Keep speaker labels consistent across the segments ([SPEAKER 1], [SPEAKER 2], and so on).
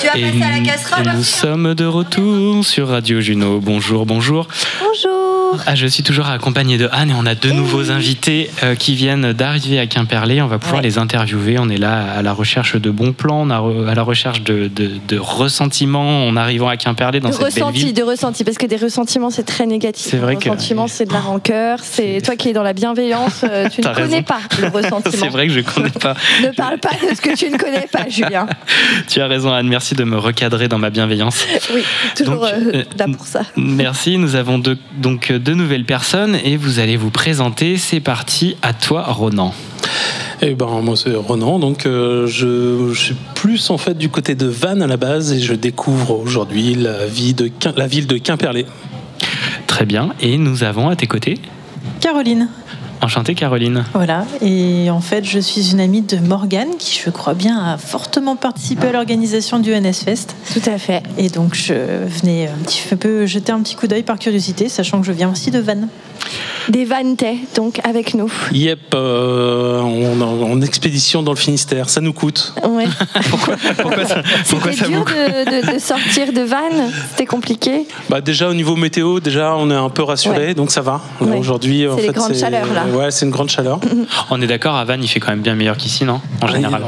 [SPEAKER 1] Tu vas
[SPEAKER 2] Et,
[SPEAKER 1] passer à la casserole.
[SPEAKER 2] et nous sommes de retour sur Radio Juno. Bonjour, bonjour.
[SPEAKER 3] Bonjour.
[SPEAKER 2] Ah, je suis toujours accompagné de Anne et on a deux nouveaux invités euh, qui viennent d'arriver à Quimperlé. On va pouvoir
[SPEAKER 3] Ouais.
[SPEAKER 2] les interviewer. On est là à la recherche de bons plans, on a re- à la recherche de, de, de ressentiments en arrivant à Quimperlé dans
[SPEAKER 3] De
[SPEAKER 2] cette belle
[SPEAKER 3] ressenti,
[SPEAKER 2] ville.
[SPEAKER 3] de ressenti, parce que des ressentiments c'est très négatif.
[SPEAKER 2] C'est vrai
[SPEAKER 3] Le
[SPEAKER 2] que-
[SPEAKER 3] ressentiment c'est de la rancœur, c'est
[SPEAKER 2] C'est-
[SPEAKER 3] toi qui es dans la bienveillance, euh, tu ne
[SPEAKER 2] T'as
[SPEAKER 3] connais
[SPEAKER 2] raison.
[SPEAKER 3] pas le
[SPEAKER 2] C'est
[SPEAKER 3] ressentiment.
[SPEAKER 2] vrai que je connais pas.
[SPEAKER 3] Ne parle pas de ce que tu ne connais pas, Julien.
[SPEAKER 2] Tu as raison, Anne. Merci de me recadrer dans ma bienveillance.
[SPEAKER 3] Oui, toujours
[SPEAKER 2] Donc,
[SPEAKER 3] euh,
[SPEAKER 2] euh,
[SPEAKER 3] là pour ça.
[SPEAKER 2] Merci, nous avons deux- donc deux nouvelles personnes et vous allez vous présenter. C'est parti, à toi Ronan.
[SPEAKER 4] Eh ben moi c'est Ronan, donc euh, je, je suis plus en fait du côté de Vannes à la base et je découvre aujourd'hui la, vie de Quim- la ville de Quimperlé.
[SPEAKER 2] Très bien, et nous avons à tes côtés,
[SPEAKER 5] Caroline.
[SPEAKER 2] enchantée Caroline.
[SPEAKER 5] Voilà. Et en fait, je suis une amie de Morgane qui, je crois bien, a fortement participé à l'organisation du NS Fest.
[SPEAKER 3] Tout à fait.
[SPEAKER 5] Et donc, je venais un petit peu jeter un petit coup d'œil par curiosité, sachant que je viens aussi de Vannes.
[SPEAKER 3] Des vannetais, donc avec nous.
[SPEAKER 4] Yep, euh, on est en, en expédition dans le Finistère, ça nous coûte.
[SPEAKER 3] Ouais.
[SPEAKER 2] Pourquoi ça, pourquoi ça
[SPEAKER 3] C'était
[SPEAKER 2] vous
[SPEAKER 3] dur de, de- de sortir de Vannes, c'était compliqué.
[SPEAKER 4] Bah déjà au niveau météo, déjà on est un peu rassuré, donc ça va. Là,
[SPEAKER 3] Ouais.
[SPEAKER 4] Aujourd'hui, en
[SPEAKER 3] C'est les
[SPEAKER 4] fait,
[SPEAKER 3] grandes chaleurs, là.
[SPEAKER 4] Ouais, c'est une grande chaleur.
[SPEAKER 2] On est d'accord, à Vannes, il fait quand même bien meilleur qu'ici, non En général.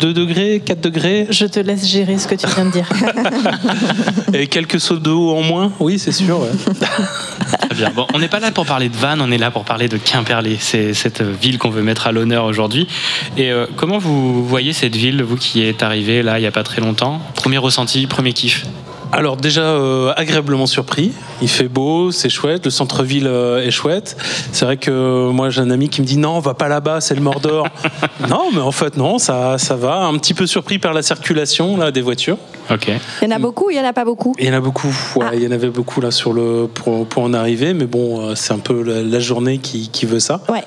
[SPEAKER 4] 2 degrés, 4 degrés
[SPEAKER 5] Je te laisse gérer ce que tu viens de dire.
[SPEAKER 4] et quelques seaux d'eau en moins. Oui, c'est sûr. ouais.
[SPEAKER 2] Très bien. Bon, on n'est pas là pour parler de Vannes, on est là pour parler de Quimperlé. C'est cette ville qu'on veut mettre à l'honneur aujourd'hui. Et euh, comment vous voyez cette ville, vous qui êtes arrivé là il n'y a pas très longtemps Premier ressenti, premier kiff
[SPEAKER 4] Alors déjà euh, agréablement surpris, il fait beau, c'est chouette, le centre-ville euh, est chouette. C'est vrai que euh, moi j'ai un ami qui me dit non, on va pas là-bas, c'est le Mordor. non, mais en fait non, ça ça va. Un petit peu surpris par la circulation là des voitures.
[SPEAKER 2] Ok.
[SPEAKER 3] Il y en a beaucoup, il y en a pas beaucoup.
[SPEAKER 4] Il y en a beaucoup, ouais,
[SPEAKER 3] Ah.
[SPEAKER 4] il y en avait beaucoup là sur le pour, pour en arriver, mais bon euh, c'est un peu la, la journée qui, qui veut ça.
[SPEAKER 3] Ouais.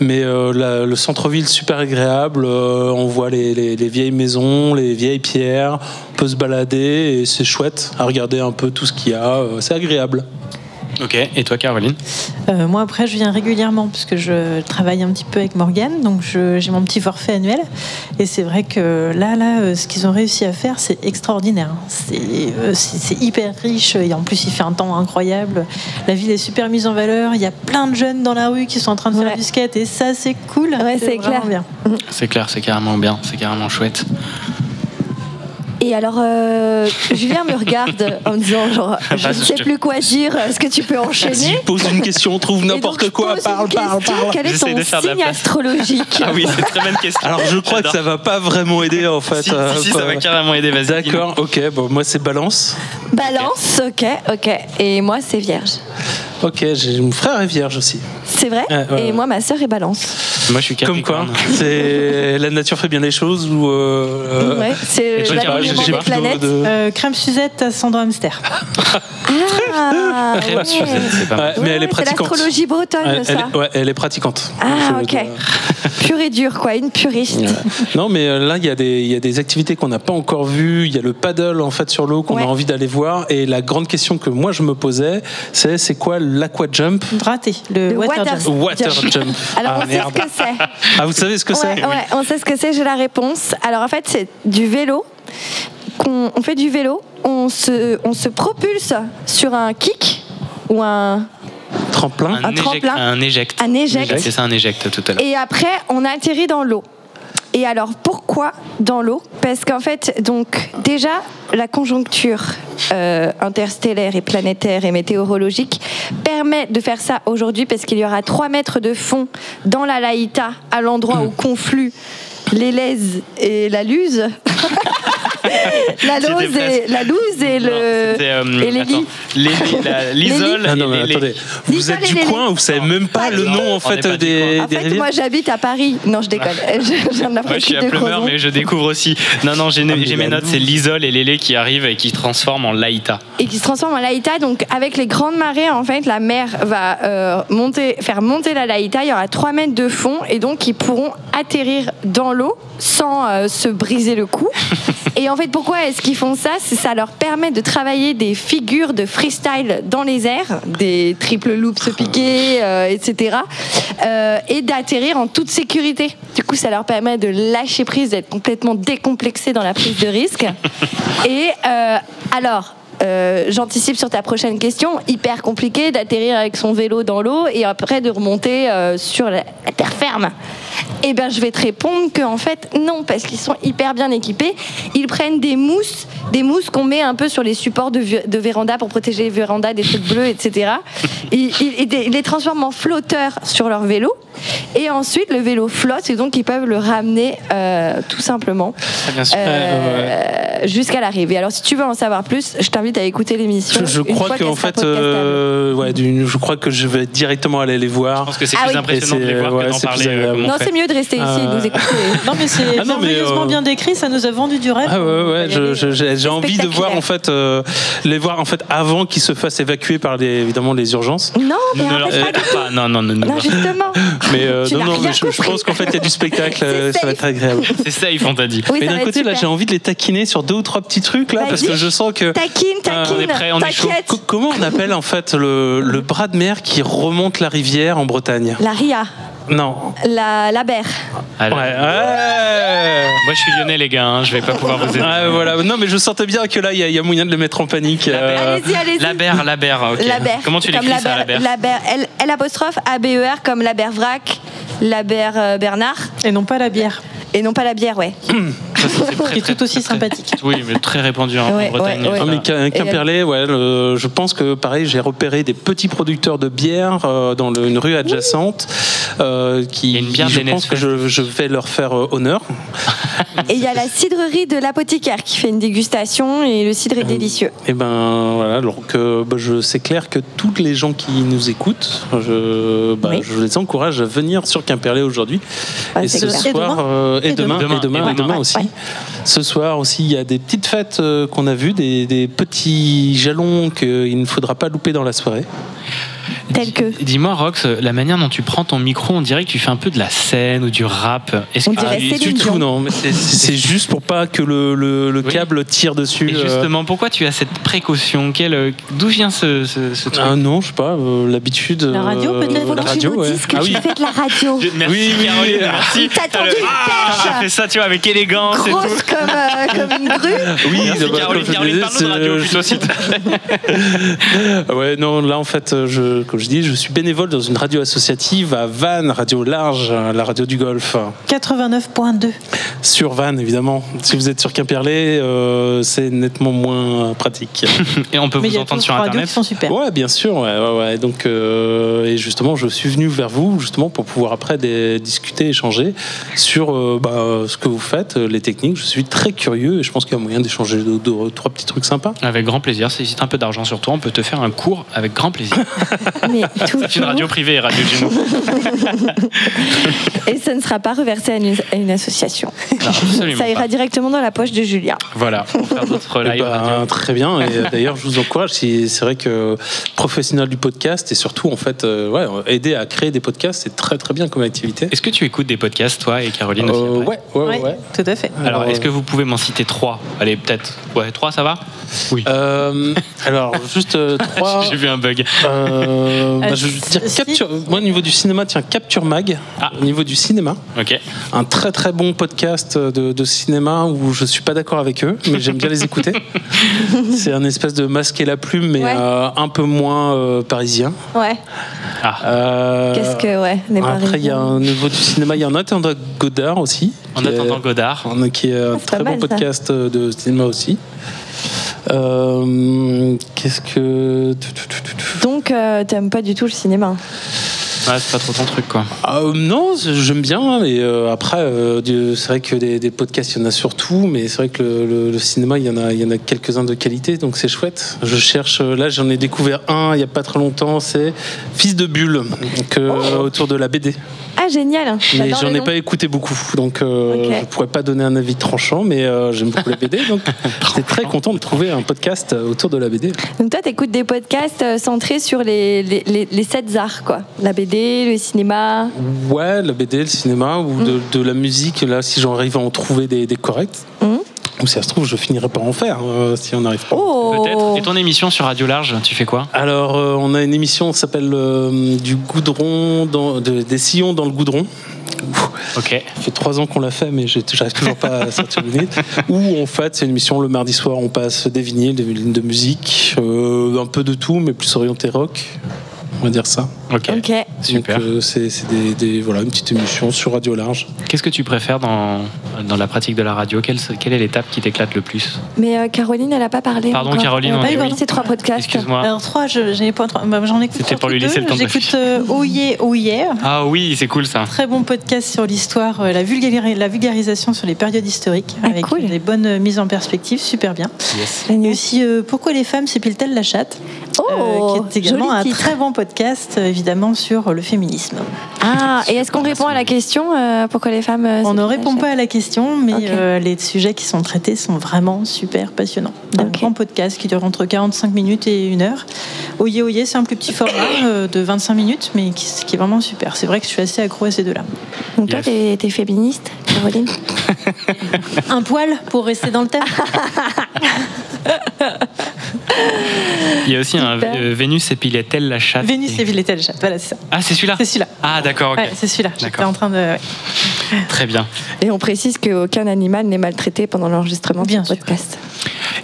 [SPEAKER 4] Mais euh, la- le centre-ville super agréable, euh, on voit les, les- les vieilles maisons, les vieilles pierres, on peut se balader et c'est chouette à regarder un peu tout ce qu'il y a, euh, c'est agréable.
[SPEAKER 2] Ok. Et toi, Caroline
[SPEAKER 5] Euh, moi, après, je viens régulièrement parce que je travaille un petit peu avec Morgane, donc je- j'ai mon petit forfait annuel. Et c'est vrai que là, là, euh, ce qu'ils ont réussi à faire, c'est extraordinaire. C'est euh, c'est- c'est hyper riche et en plus, il fait un temps incroyable. La ville est super mise en valeur. Il y a plein de jeunes dans la rue qui sont en train de
[SPEAKER 3] Ouais.
[SPEAKER 5] faire du skate et ça, c'est cool.
[SPEAKER 3] Ouais, c'est
[SPEAKER 5] vraiment
[SPEAKER 3] clair.
[SPEAKER 5] bien.
[SPEAKER 2] C'est clair, c'est carrément bien, c'est carrément chouette.
[SPEAKER 3] Et alors, euh, Julien me regarde en me disant genre, je
[SPEAKER 2] Vas-y,
[SPEAKER 3] ne sais
[SPEAKER 2] Ah, bah, je te-
[SPEAKER 3] plus quoi dire, est-ce que tu peux enchaîner
[SPEAKER 4] Vas-y, pose une question, trouve
[SPEAKER 3] Et donc,
[SPEAKER 4] n'importe
[SPEAKER 3] je
[SPEAKER 4] quoi,
[SPEAKER 3] pose
[SPEAKER 4] parle,
[SPEAKER 3] une
[SPEAKER 4] parle,
[SPEAKER 3] question.
[SPEAKER 4] parle.
[SPEAKER 3] Quel est
[SPEAKER 2] J'essaie
[SPEAKER 3] ton
[SPEAKER 2] de faire de la
[SPEAKER 3] signe
[SPEAKER 2] place.
[SPEAKER 3] astrologique
[SPEAKER 2] Ah oui, c'est très bonne question.
[SPEAKER 4] Alors je crois que ça va pas vraiment aider en fait.
[SPEAKER 2] Si,
[SPEAKER 4] euh,
[SPEAKER 2] si, si,
[SPEAKER 4] pas-
[SPEAKER 2] ça va carrément aider, vas-y.
[SPEAKER 4] D'accord, ok, bon moi c'est balance.
[SPEAKER 3] Balance, ok, ok. Et moi, c'est Vierge.
[SPEAKER 4] Ok, j'ai mon frère est vierge aussi.
[SPEAKER 3] C'est vrai
[SPEAKER 4] Ouais, ouais,
[SPEAKER 3] Et
[SPEAKER 4] ouais. moi,
[SPEAKER 3] moi, ma sœur est Balance.
[SPEAKER 2] dis-nous. Moi, je suis
[SPEAKER 4] Comme quoi,
[SPEAKER 2] Capricorne.
[SPEAKER 4] c'est la nature fait bien les choses ou. euh,
[SPEAKER 3] ouais, c'est
[SPEAKER 2] et toi, Caroline,
[SPEAKER 3] l'alignement
[SPEAKER 2] j'ai
[SPEAKER 3] des
[SPEAKER 2] pas
[SPEAKER 4] plutôt
[SPEAKER 3] planètes.
[SPEAKER 4] de-
[SPEAKER 5] Euh, crème Suzette, ascendant hamster.
[SPEAKER 3] Ah,
[SPEAKER 2] Crème
[SPEAKER 3] ouais.
[SPEAKER 2] Suzette, c'est pas mal.
[SPEAKER 4] Ouais, mais
[SPEAKER 3] Ouais,
[SPEAKER 4] elle est
[SPEAKER 3] ouais, c'est
[SPEAKER 4] pratiquante.
[SPEAKER 3] l'astrologie bretonne,
[SPEAKER 4] Elle, elle
[SPEAKER 3] ça.
[SPEAKER 4] est- ouais, elle est pratiquante.
[SPEAKER 3] Ah,
[SPEAKER 4] Je-
[SPEAKER 3] ok. Pure et dure, quoi, une puriste.
[SPEAKER 4] Non, mais euh, là, il y, a des- il y a des activités qu'on n'a pas encore vues. Il y a le paddle en fait sur l'eau qu'on
[SPEAKER 3] Ouais.
[SPEAKER 4] a envie d'aller voir. Et la grande question que moi je me posais, c'est c'est quoi l'aqua jump
[SPEAKER 5] Raté, le,
[SPEAKER 3] Le
[SPEAKER 5] water,
[SPEAKER 3] water-
[SPEAKER 5] jump.
[SPEAKER 4] Water jump.
[SPEAKER 3] Alors,
[SPEAKER 4] ah,
[SPEAKER 3] on sait ce que c'est.
[SPEAKER 4] Ah, vous savez ce que c'est
[SPEAKER 3] Ouais, ouais, on sait ce que c'est, j'ai la réponse. Alors en fait, c'est du vélo. qu'on on fait du vélo, on se, on se propulse sur un kick ou un, Ah.
[SPEAKER 4] Tremplin.
[SPEAKER 3] Un
[SPEAKER 2] éject-
[SPEAKER 3] tremplin.
[SPEAKER 2] Un éject.
[SPEAKER 3] un éject.
[SPEAKER 2] C'est ça, un éject tout à l'heure.
[SPEAKER 3] Et après, on atterrit dans l'eau. Et alors, pourquoi dans l'eau Parce qu'en fait, donc, déjà, la conjoncture euh, interstellaire et planétaire et météorologique permet de faire ça aujourd'hui parce qu'il y aura 3 mètres de fond dans la Laïta, à l'endroit où confluent les lèzes et la luse. la,
[SPEAKER 2] C'était
[SPEAKER 3] lose et,
[SPEAKER 2] presque.
[SPEAKER 3] la louse et
[SPEAKER 2] Non,
[SPEAKER 3] le.
[SPEAKER 2] c'était, euh,
[SPEAKER 3] et les
[SPEAKER 2] attends,
[SPEAKER 3] lits.
[SPEAKER 2] les- la- L'isole.
[SPEAKER 4] Ah non,
[SPEAKER 2] et
[SPEAKER 4] mais
[SPEAKER 2] les- les-
[SPEAKER 4] attendez.
[SPEAKER 3] les-
[SPEAKER 4] Vous êtes
[SPEAKER 3] les-
[SPEAKER 4] du
[SPEAKER 3] les-
[SPEAKER 4] coin, vous savez même pas
[SPEAKER 2] Non,
[SPEAKER 4] le nom
[SPEAKER 2] on
[SPEAKER 4] en fait
[SPEAKER 2] n'est pas du
[SPEAKER 4] des,
[SPEAKER 3] En
[SPEAKER 4] des
[SPEAKER 3] fait,
[SPEAKER 4] rivières.
[SPEAKER 3] moi, j'habite à Paris. Non, je déconne. je viens de
[SPEAKER 2] Ouais, je suis
[SPEAKER 3] l'apprendre
[SPEAKER 2] à
[SPEAKER 3] de gros
[SPEAKER 2] Plumeur,
[SPEAKER 3] noms.
[SPEAKER 2] mais je découvre aussi. Non, non, j'ai
[SPEAKER 4] Ah, mais
[SPEAKER 2] j'ai mes
[SPEAKER 4] la
[SPEAKER 2] notes, c'est l'isole et l'élé qui arrivent et qui transforment en laïta.
[SPEAKER 3] et qui se transforme en laïta. Donc, avec les grandes marées, en fait, la mer va euh, monter, faire monter la laïta. Il y aura 3 mètres de fond et donc ils pourront atterrir dans l'eau sans euh, se briser le cou. et en fait, pourquoi est-ce qu'ils font ça C'est ça leur permet de travailler des figures de freestyle dans les airs, des triples loops piqués, euh, etc. euh, et d'atterrir en toute sécurité. Du coup, ça leur permet de lâcher prise, d'être complètement décomplexé dans la prise de risque. Et euh, alors, euh, j'anticipe sur ta prochaine question. Hyper compliqué d'atterrir avec son vélo dans l'eau et après de remonter euh, sur la, la terre ferme. Eh bien, je vais te répondre que en fait, non, parce qu'ils sont hyper bien équipés. Ils prennent des mousses, des mousses qu'on met un peu sur les supports de, vie- de véranda pour protéger les vérandas des trucs bleus, etc. Ils, ils- ils- ils les transforment en flotteurs sur leur vélo et ensuite le vélo flotte et donc ils peuvent le ramener euh, tout simplement
[SPEAKER 2] Très Ah, bien sûr.
[SPEAKER 3] euh, jusqu'à l'arrivée. Alors, si tu veux en savoir plus, je t'invite à écouter l'émission.
[SPEAKER 4] Je, je
[SPEAKER 3] une
[SPEAKER 4] crois
[SPEAKER 3] fois
[SPEAKER 4] que en
[SPEAKER 3] qu'elle sera
[SPEAKER 4] fait, euh, ouais, d'une- je crois que je vais directement aller les
[SPEAKER 2] Je
[SPEAKER 4] voir.
[SPEAKER 2] pense que c'est
[SPEAKER 3] Ah
[SPEAKER 2] plus
[SPEAKER 3] oui.
[SPEAKER 2] impressionnant de les voir
[SPEAKER 4] Ouais,
[SPEAKER 2] que d'en
[SPEAKER 4] c'est plus
[SPEAKER 2] parler.
[SPEAKER 4] agréable.
[SPEAKER 2] euh, comment
[SPEAKER 3] podcastable.
[SPEAKER 2] on
[SPEAKER 3] Non,
[SPEAKER 2] fait.
[SPEAKER 3] c'est mieux de rester ici et de
[SPEAKER 4] Euh,
[SPEAKER 3] nous écouter.
[SPEAKER 5] Non, mais c'est
[SPEAKER 4] Ah non, mais,
[SPEAKER 5] merveilleusement
[SPEAKER 4] euh,
[SPEAKER 5] bien décrit, ça nous a vendu du rêve.
[SPEAKER 4] Ah ouais, ouais, ouais,
[SPEAKER 3] y aller,
[SPEAKER 4] je- je- j'ai j'ai envie de voir
[SPEAKER 3] spectaculaire.
[SPEAKER 4] en fait euh, les voir en fait avant qu'ils se fassent évacuer par les, évidemment les urgences.
[SPEAKER 3] Non, mais
[SPEAKER 2] Ne
[SPEAKER 3] en
[SPEAKER 2] leur
[SPEAKER 3] fait,
[SPEAKER 2] faites pas. Non, non, non, non.
[SPEAKER 3] non, justement.
[SPEAKER 4] Mais euh,
[SPEAKER 3] Tu
[SPEAKER 4] non,
[SPEAKER 3] n'as
[SPEAKER 4] non,
[SPEAKER 3] rien
[SPEAKER 4] mais je, je
[SPEAKER 3] compris.
[SPEAKER 4] pense qu'en fait il y a du spectacle, euh,
[SPEAKER 3] C'est
[SPEAKER 4] ça va être agréable.
[SPEAKER 2] C'est safe, on t'a dit.
[SPEAKER 3] Oui,
[SPEAKER 4] mais
[SPEAKER 3] ça
[SPEAKER 4] d'un
[SPEAKER 3] va
[SPEAKER 4] côté
[SPEAKER 3] être
[SPEAKER 4] là, j'ai
[SPEAKER 3] super.
[SPEAKER 4] envie de les taquiner sur deux ou trois petits trucs là
[SPEAKER 3] Vas-y.
[SPEAKER 4] parce que je sens que
[SPEAKER 3] Taquine,
[SPEAKER 4] Ah,
[SPEAKER 3] taquine.
[SPEAKER 4] on
[SPEAKER 2] est prêt, on est chaud.
[SPEAKER 3] T'inquiète.
[SPEAKER 4] Co- comment on appelle en fait le, le bras de mer qui remonte la rivière en Bretagne
[SPEAKER 3] La Ria,
[SPEAKER 4] Non.
[SPEAKER 3] la, la berre.
[SPEAKER 2] Alors,
[SPEAKER 4] Ouais. ouais.
[SPEAKER 2] Moi, je suis lyonnais, les gars. hein, je vais pas pouvoir vous aider.
[SPEAKER 4] Ouais, Ah, voilà. Non, mais je sentais bien que là, il y, a- il y a moyen de le mettre en panique. euh,
[SPEAKER 3] Allez-y, allez-y.
[SPEAKER 2] La berre, la berre. ok.
[SPEAKER 3] La berre.
[SPEAKER 2] Comment tu
[SPEAKER 3] Comme
[SPEAKER 2] l'écris ça, la berre
[SPEAKER 3] La berre, L, L apostrophe A B E R comme la berre vrac, la berre euh, Bernard
[SPEAKER 5] Et non pas la bière,
[SPEAKER 3] et non pas la bière, ouais.
[SPEAKER 2] Ça, c'est très,
[SPEAKER 5] qui est
[SPEAKER 2] très,
[SPEAKER 5] tout aussi
[SPEAKER 2] très, très-
[SPEAKER 5] sympathique.
[SPEAKER 2] Oui, mais très répandu hein, en, en
[SPEAKER 3] Ouais,
[SPEAKER 2] Bretagne.
[SPEAKER 3] ouais, ouais.
[SPEAKER 2] Voilà.
[SPEAKER 4] Non, mais Quim- Quimperlé, ouais, le- je pense que pareil, j'ai repéré des petits producteurs de bière euh, dans le- une rue adjacente
[SPEAKER 2] Il
[SPEAKER 4] euh,
[SPEAKER 2] y
[SPEAKER 4] qui,
[SPEAKER 2] a une bière
[SPEAKER 4] je
[SPEAKER 2] des
[SPEAKER 4] pense que je, je vais leur faire euh, honneur.
[SPEAKER 3] Et il y a la cidrerie de l'apothicaire qui fait une dégustation et le cidre est délicieux.
[SPEAKER 4] Et ben voilà, donc euh, bah, je c'est clair que tous les gens qui nous écoutent, je, bah,
[SPEAKER 3] Oui.
[SPEAKER 4] je les encourage à venir sur Quimperlé aujourd'hui
[SPEAKER 3] Ouais,
[SPEAKER 4] et
[SPEAKER 3] Ah, c'est
[SPEAKER 4] ce
[SPEAKER 3] clair.
[SPEAKER 5] Et
[SPEAKER 4] soir
[SPEAKER 5] demain.
[SPEAKER 4] euh, et
[SPEAKER 5] Et
[SPEAKER 4] demain
[SPEAKER 2] demain.
[SPEAKER 4] et demain
[SPEAKER 2] Ouais,
[SPEAKER 4] et demain
[SPEAKER 2] ouais,
[SPEAKER 4] aussi.
[SPEAKER 3] ouais.
[SPEAKER 4] Ce soir aussi, il y a des petites fêtes euh, qu'on a vues, des, des petits jalons qu'il ne faudra pas louper dans la soirée.
[SPEAKER 3] Tel que.
[SPEAKER 2] Dis- Dis-moi, Rox, la manière dont tu prends ton micro, on dirait que tu fais un peu de la scène ou du rap. Est-ce
[SPEAKER 3] On
[SPEAKER 2] que
[SPEAKER 3] dirait
[SPEAKER 2] tu-
[SPEAKER 3] Céline
[SPEAKER 4] du
[SPEAKER 3] Dion.
[SPEAKER 4] tout, non. mais c'est- C'est juste pour pas que le, le- le
[SPEAKER 2] Oui.
[SPEAKER 4] câble tire dessus.
[SPEAKER 2] Et
[SPEAKER 4] euh.
[SPEAKER 2] justement, pourquoi tu as cette précaution Quel, euh, D'où vient ce, ce- ce truc
[SPEAKER 4] Ah non, je sais pas, euh, l'habitude.
[SPEAKER 5] La radio,
[SPEAKER 4] euh,
[SPEAKER 5] peut-être, faut
[SPEAKER 4] La
[SPEAKER 5] que tu
[SPEAKER 4] radio,
[SPEAKER 3] nous
[SPEAKER 4] ouais.
[SPEAKER 3] dises que
[SPEAKER 4] Ah
[SPEAKER 3] tu
[SPEAKER 4] oui.
[SPEAKER 3] fais de la radio.
[SPEAKER 2] Je- Merci
[SPEAKER 4] Oui, oui,
[SPEAKER 2] Caroline,
[SPEAKER 4] oui.
[SPEAKER 2] merci.
[SPEAKER 3] T'as tendu
[SPEAKER 2] Alors,
[SPEAKER 3] une
[SPEAKER 2] ah,
[SPEAKER 3] perche.
[SPEAKER 2] T'as fait ça, tu vois, avec élégance et tout.
[SPEAKER 3] Grosse comme, euh, comme une grue.
[SPEAKER 4] Oui,
[SPEAKER 2] Merci,
[SPEAKER 4] d'abord,
[SPEAKER 2] Caroline,
[SPEAKER 4] comme je
[SPEAKER 2] Caroline,
[SPEAKER 4] disais,
[SPEAKER 2] parle-nous de radio
[SPEAKER 4] c'est- Ah
[SPEAKER 2] plutôt, s'il te plaît.
[SPEAKER 4] Ouais, non, là en fait, euh, je, comme je dis, je suis bénévole dans une radio associative à Vannes, radio large, euh, la radio du Golfe.
[SPEAKER 5] 89.2.
[SPEAKER 4] Sur Vannes, évidemment. Si vous êtes sur Quimperlé, euh, c'est nettement moins pratique.
[SPEAKER 2] Et on peut
[SPEAKER 5] Mais il
[SPEAKER 2] vous
[SPEAKER 5] y a
[SPEAKER 2] entendre
[SPEAKER 5] tous
[SPEAKER 2] sur
[SPEAKER 5] radios qui
[SPEAKER 2] Internet.
[SPEAKER 5] sont super.
[SPEAKER 4] Ouais, bien sûr. Ouais, ouais, ouais. Donc, euh, et justement, je suis venu vers vous justement pour pouvoir après des- discuter, échanger sur euh, bah, ce que vous faites, euh, les techniques. Je suis très curieux et je pense qu'il y a moyen d'échanger deux, deux- trois petits trucs sympas.
[SPEAKER 2] Avec grand plaisir. Si tu as un peu d'argent sur toi, on peut te faire un cours avec grand plaisir.
[SPEAKER 3] Mais
[SPEAKER 2] C'est une
[SPEAKER 3] toujours.
[SPEAKER 2] radio privée, Radio Juno.
[SPEAKER 3] Et ça ne sera pas reversé à une, à une association.
[SPEAKER 2] Non, absolument
[SPEAKER 3] Ça ira
[SPEAKER 2] pas.
[SPEAKER 3] directement dans la poche de Julia.
[SPEAKER 2] Voilà, on va faire d'autres
[SPEAKER 4] Eh
[SPEAKER 2] live
[SPEAKER 4] ben,
[SPEAKER 2] radio.
[SPEAKER 4] très bien. Et euh, d'ailleurs, je vous encourage. si- C'est vrai que professionnel du podcast et surtout en fait, euh, ouais, aider à créer des podcasts, c'est très très bien comme activité.
[SPEAKER 2] Est-ce que tu écoutes des podcasts, toi et Caroline aussi
[SPEAKER 4] Euh,
[SPEAKER 2] après
[SPEAKER 4] ouais, ouais, ouais.
[SPEAKER 5] Ouais, tout à fait.
[SPEAKER 2] Alors, euh,
[SPEAKER 4] Alors,
[SPEAKER 2] est-ce que vous pouvez m'en citer trois Allez, peut-être. Ouais, trois, ça va Oui.
[SPEAKER 4] Euh, alors, juste euh, trois.
[SPEAKER 2] J'ai vu un bug.
[SPEAKER 4] Euh, bah,
[SPEAKER 3] Ah,
[SPEAKER 5] Euh,
[SPEAKER 4] je veux dire,
[SPEAKER 5] si.
[SPEAKER 4] Capture- moi au niveau du cinéma, tiens, Capture Mag,
[SPEAKER 2] Ah.
[SPEAKER 4] au niveau du cinéma,
[SPEAKER 2] Ok.
[SPEAKER 4] un très très bon podcast de, de cinéma où je suis pas d'accord avec eux, mais j'aime bien les écouter. C'est un espèce de masque et la plume, mais
[SPEAKER 3] Ouais.
[SPEAKER 4] euh, un peu moins euh, parisien.
[SPEAKER 3] Ouais.
[SPEAKER 2] Ah,
[SPEAKER 4] Euh,
[SPEAKER 3] Qu'est-ce que, ouais, les
[SPEAKER 4] Après, il y a
[SPEAKER 3] Parisiens.
[SPEAKER 4] un niveau du cinéma, il y a un attendant Godard aussi.
[SPEAKER 2] en
[SPEAKER 4] qui est-
[SPEAKER 2] attendant Godard.
[SPEAKER 4] on a- qui est un
[SPEAKER 3] Ah, c'est pas
[SPEAKER 4] très bon
[SPEAKER 3] mal, ça.
[SPEAKER 4] podcast euh, de cinéma aussi. Euh, Qu'est-ce que.
[SPEAKER 3] Donc, euh, t'aimes pas du tout le cinéma.
[SPEAKER 2] Ouais, c'est pas trop ton truc, quoi.
[SPEAKER 4] Euh, non, c'est- j'aime bien, hein, mais euh, après, euh, du- c'est vrai que des, des podcasts, il y en a surtout, mais c'est vrai que le, le- le cinéma, il y en a, il y en a quelques-uns de qualité, donc c'est chouette. Je cherche, euh, là, j'en ai découvert un il n'y a pas très longtemps, c'est Fils de Bulle, donc, euh,
[SPEAKER 3] Oh
[SPEAKER 4] autour de la BD.
[SPEAKER 3] Ah, génial.
[SPEAKER 4] Mais
[SPEAKER 3] J'adore
[SPEAKER 4] j'en
[SPEAKER 3] le
[SPEAKER 4] ai
[SPEAKER 3] nom.
[SPEAKER 4] pas écouté beaucoup, donc euh,
[SPEAKER 3] Ok.
[SPEAKER 4] je pourrais pas donner un avis tranchant, mais euh, j'aime beaucoup la BD, donc j'étais très content de trouver un podcast euh, autour de la BD.
[SPEAKER 3] Donc, toi, t'écoutes des podcasts euh, centrés sur les, les, les, les sept arts, quoi. La BD, le cinéma. Mm.
[SPEAKER 4] Ouais, la BD, le cinéma ou de, de la musique. Là, si j'arrive à en trouver des, des corrects.
[SPEAKER 3] Mhm.
[SPEAKER 4] Ou si ça se trouve, je finirai par en faire euh, si on n'arrive pas.
[SPEAKER 3] Oh
[SPEAKER 2] Peut-être. Et ton émission sur Radio Large, tu fais quoi
[SPEAKER 4] Alors, euh, on a une émission qui s'appelle euh, Du goudron, dans, de- des sillons dans le goudron.
[SPEAKER 2] Ok.
[SPEAKER 4] Ça fait trois ans qu'on l'a fait, mais j'ai- j'arrive toujours pas à sortir le nez. Où en fait, c'est une émission le mardi soir, on passe des vinyles, des vinyles de musique, euh, un peu de tout, mais plus orienté rock. On va dire ça.
[SPEAKER 2] Ok.
[SPEAKER 3] Ok.
[SPEAKER 2] Super.
[SPEAKER 4] Donc, euh, c'est c'est des, des- voilà, une petite émission sur Radio Large.
[SPEAKER 2] Qu'est-ce que tu préfères dans, dans la pratique de la radio quelle, quelle est l'étape qui t'éclate le plus
[SPEAKER 3] Mais euh, Caroline, elle n'a pas parlé.
[SPEAKER 2] Pardon,
[SPEAKER 3] encore.
[SPEAKER 2] Caroline,
[SPEAKER 3] On a
[SPEAKER 5] on
[SPEAKER 3] pas
[SPEAKER 5] est-
[SPEAKER 3] eu
[SPEAKER 5] oui.
[SPEAKER 3] ces trois podcasts.
[SPEAKER 2] Excuse-moi.
[SPEAKER 5] Alors trois, je- j'en ai pas trop- bah, j'en écoute.
[SPEAKER 2] C'était pour lui
[SPEAKER 5] surtout
[SPEAKER 2] laisser
[SPEAKER 5] deux.
[SPEAKER 2] le temps de
[SPEAKER 5] J'écoute
[SPEAKER 2] réfléchir.
[SPEAKER 5] euh, Oyez, Oyez.
[SPEAKER 2] Ah oui, c'est cool ça.
[SPEAKER 5] Très bon podcast sur l'histoire, euh, la, vulgari- la vulgarisation sur les périodes historiques,
[SPEAKER 3] Ah,
[SPEAKER 5] avec
[SPEAKER 3] cool.
[SPEAKER 5] des bonnes euh, mises en perspective, super bien.
[SPEAKER 2] Yes.
[SPEAKER 5] Et aussi euh, Pourquoi les femmes s'épilent-elles la chatte
[SPEAKER 3] Oh,
[SPEAKER 5] Euh, qui est également
[SPEAKER 3] joli
[SPEAKER 5] un
[SPEAKER 3] titre.
[SPEAKER 5] très bon podcast, euh, évidemment, sur le féminisme.
[SPEAKER 3] Ah, et est-ce qu'on répond à la question euh, pourquoi les femmes euh,
[SPEAKER 5] On
[SPEAKER 3] se
[SPEAKER 5] ne
[SPEAKER 3] font
[SPEAKER 5] répond
[SPEAKER 3] la
[SPEAKER 5] pas à la question, mais
[SPEAKER 3] Ok.
[SPEAKER 5] euh, les sujets qui sont traités sont vraiment super passionnants. Un
[SPEAKER 3] Ok.
[SPEAKER 5] grand podcast qui dure entre 45 minutes et 1 heure. Oyez, oyez, c'est un plus petit format euh, de 25 minutes, mais qui, qui est vraiment super. C'est vrai que je suis assez accro à ces deux-là.
[SPEAKER 3] chatte Donc toi,
[SPEAKER 2] Yes.
[SPEAKER 3] t'es t'es féministe, Caroline
[SPEAKER 5] Un poil pour rester dans le thème.
[SPEAKER 2] Il y a aussi un
[SPEAKER 3] Super.
[SPEAKER 2] euh, Vénus épilait-elle la chatte
[SPEAKER 5] Vénus
[SPEAKER 2] Et-
[SPEAKER 5] et Villette Chat. Voilà, c'est ça.
[SPEAKER 2] Ah, c'est celui-là
[SPEAKER 5] C'est celui-là.
[SPEAKER 2] Ah, d'accord, ok.
[SPEAKER 5] Ouais, c'est celui-là. J'étais
[SPEAKER 2] D'accord.
[SPEAKER 5] en train de. ouais.
[SPEAKER 2] Très bien.
[SPEAKER 3] Et on précise qu'aucun animal n'est maltraité pendant l'enregistrement
[SPEAKER 5] Bien
[SPEAKER 3] de ce
[SPEAKER 5] sûr.
[SPEAKER 3] podcast.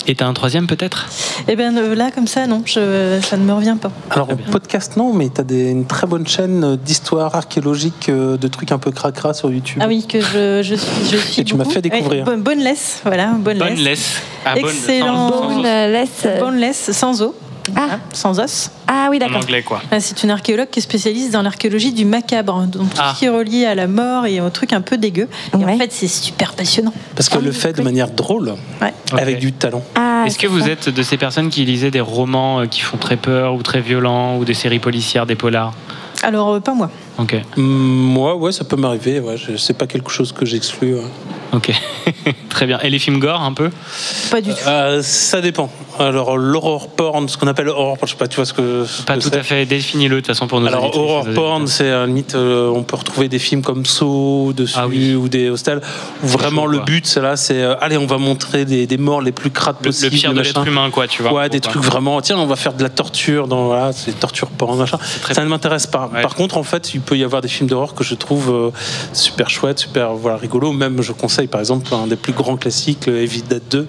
[SPEAKER 2] Et t'as un troisième peut-être
[SPEAKER 5] Eh bien là, comme ça, non, je- ça ne me revient pas.
[SPEAKER 4] Alors, en podcast, non, mais t'as des, une très bonne chaîne euh, d'histoire archéologique, euh, de trucs un peu cracra sur YouTube.
[SPEAKER 5] Ah oui, que je, je suis. Je suis
[SPEAKER 4] Et tu m'as
[SPEAKER 5] beaucoup.
[SPEAKER 4] fait découvrir.
[SPEAKER 5] Ouais, bonne, bonne laisse, voilà, bonne,
[SPEAKER 2] Bonne
[SPEAKER 5] laisse.
[SPEAKER 2] laisse. Ah, bonne-
[SPEAKER 5] Excellent.
[SPEAKER 2] sans- sans-
[SPEAKER 3] Bonne euh, laisse. euh,
[SPEAKER 5] Bonne laisse, sans os.
[SPEAKER 3] Ah,
[SPEAKER 5] Sans os.
[SPEAKER 3] ah oui,
[SPEAKER 2] En
[SPEAKER 3] d'accord.
[SPEAKER 2] anglais, quoi.
[SPEAKER 5] Ah, C'est une archéologue qui est spécialiste dans l'archéologie du macabre, donc tout
[SPEAKER 2] Ah.
[SPEAKER 5] ce qui est relié à la mort et aux trucs un peu dégueux. Et
[SPEAKER 3] Ouais.
[SPEAKER 5] en fait, c'est super passionnant.
[SPEAKER 4] Parce qu'elle le fait de manière drôle,
[SPEAKER 5] Ouais.
[SPEAKER 2] Ok.
[SPEAKER 4] avec du talent.
[SPEAKER 3] Ah,
[SPEAKER 2] Est-ce que vous êtes de ces personnes qui lisaient des romans euh, qui font très peur ou très violents ou des séries policières, des polars
[SPEAKER 5] Alors, euh, pas moi.
[SPEAKER 2] Ok,
[SPEAKER 4] Hum, Moi, ouais, ça peut m'arriver. Ouais, je- c'est pas quelque chose que j'exclus. ouais.
[SPEAKER 2] ok. très bien. Et les films gore un peu
[SPEAKER 5] Pas du tout.
[SPEAKER 4] Euh, ça dépend. Alors, l'horror porn, ce qu'on appelle horror porn, je sais pas, tu vois ce que. ce
[SPEAKER 2] Pas
[SPEAKER 4] que
[SPEAKER 2] tout
[SPEAKER 4] c'est.
[SPEAKER 2] à fait. Définis-le de toute façon pour nous.
[SPEAKER 4] Alors, horror porn, c'est à la limite, euh, on peut retrouver des films comme Saw dessus
[SPEAKER 2] Ah oui.
[SPEAKER 4] ou des hostels. Où vraiment,
[SPEAKER 2] chaud,
[SPEAKER 4] le
[SPEAKER 2] quoi.
[SPEAKER 4] but, c'est là, c'est euh, allez, on va montrer des, des morts les plus crades
[SPEAKER 2] Le,
[SPEAKER 4] possibles.
[SPEAKER 2] pire de
[SPEAKER 4] machin.
[SPEAKER 2] l'être humain, quoi, tu vois.
[SPEAKER 4] Ouais, des trucs vraiment. Tiens, on va faire de la torture dans voilà, c'est torture porn machin.
[SPEAKER 2] très-
[SPEAKER 4] Ça ne m'intéresse pas.
[SPEAKER 2] Ouais.
[SPEAKER 4] Par contre, en fait, il peut y avoir des films d'horreur que je trouve euh, super chouettes, super voilà rigolo. Même, je conseille par exemple un des plus grands classiques, le Heavy Dead 2,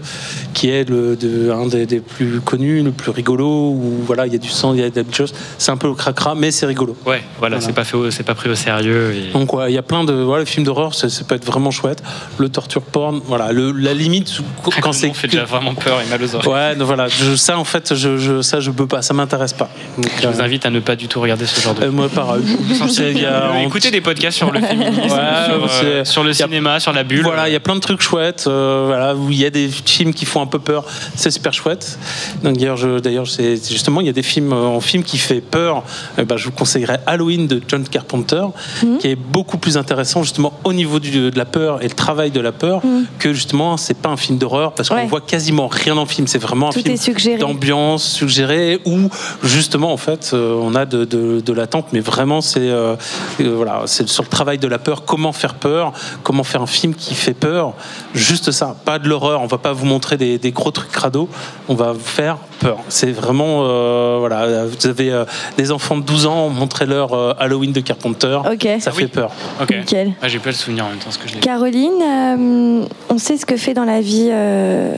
[SPEAKER 4] qui est le de- un des, des plus connus, le plus rigolo. Où voilà, il y a du sang, il y a des choses. C'est un peu le cracra, mais c'est rigolo.
[SPEAKER 2] Ouais, voilà,
[SPEAKER 4] Voilà.
[SPEAKER 2] c'est pas, fait au- c'est pas pris au sérieux. et-
[SPEAKER 4] Donc ouais, il y a plein de voilà, les films d'horreur, ça, ça peut être vraiment chouette. Le torture porn, voilà, le, la limite quand
[SPEAKER 2] Quand
[SPEAKER 4] c'est
[SPEAKER 2] on fait déjà vraiment peur et mal aux oreilles.
[SPEAKER 4] Ouais, donc voilà, je- ça en fait, je, je- ça je peux pas, ça m'intéresse pas. Donc,
[SPEAKER 2] Je
[SPEAKER 4] euh,
[SPEAKER 2] vous invite à ne pas du tout regarder ce genre de.
[SPEAKER 4] euh, moi pareil. C'est- il y a- on-
[SPEAKER 2] Écoutez des podcasts sur le féminisme,
[SPEAKER 4] Ouais,
[SPEAKER 2] sur, euh,
[SPEAKER 4] c'est-
[SPEAKER 2] sur le
[SPEAKER 4] y a-
[SPEAKER 2] cinéma, sur la bulle.
[SPEAKER 4] Voilà, il y a plein de trucs chouettes, euh, voilà, où il y a des films qui font un peu peur, c'est super chouette. Donc d'ailleurs, je- d'ailleurs, c'est justement, il y a des films euh, en film qui fait peur. Eh ben, je vous conseillerais Halloween de John Carpenter,
[SPEAKER 3] Mm-hmm.
[SPEAKER 4] qui est beaucoup plus intéressant justement au niveau du- de la peur et le travail de la peur que justement, c'est pas un film d'horreur parce qu'on
[SPEAKER 3] Mm. Ouais.
[SPEAKER 4] voit quasiment rien dans le film. C'est vraiment un
[SPEAKER 3] Tout
[SPEAKER 4] film
[SPEAKER 3] est suggéré.
[SPEAKER 4] d'ambiance suggérée où justement en fait euh, on a de, de- de l'attente mais vraiment c'est euh, euh, voilà c'est sur le travail de la peur comment faire peur comment faire un film qui fait peur juste ça pas de l'horreur on va pas vous montrer des, des gros trucs crado on va vous faire peur c'est vraiment euh, voilà vous avez euh, des enfants de 12 ans montrez-leur euh, Halloween de Carpenter
[SPEAKER 3] Ok.
[SPEAKER 2] Ah
[SPEAKER 4] ça fait
[SPEAKER 2] oui.
[SPEAKER 4] peur
[SPEAKER 2] Ok.
[SPEAKER 3] Nickel.
[SPEAKER 2] Ah, J'ai pas le souvenir en même temps ce que je l'ai.
[SPEAKER 3] Caroline, euh, on sait ce que fait dans la vie euh,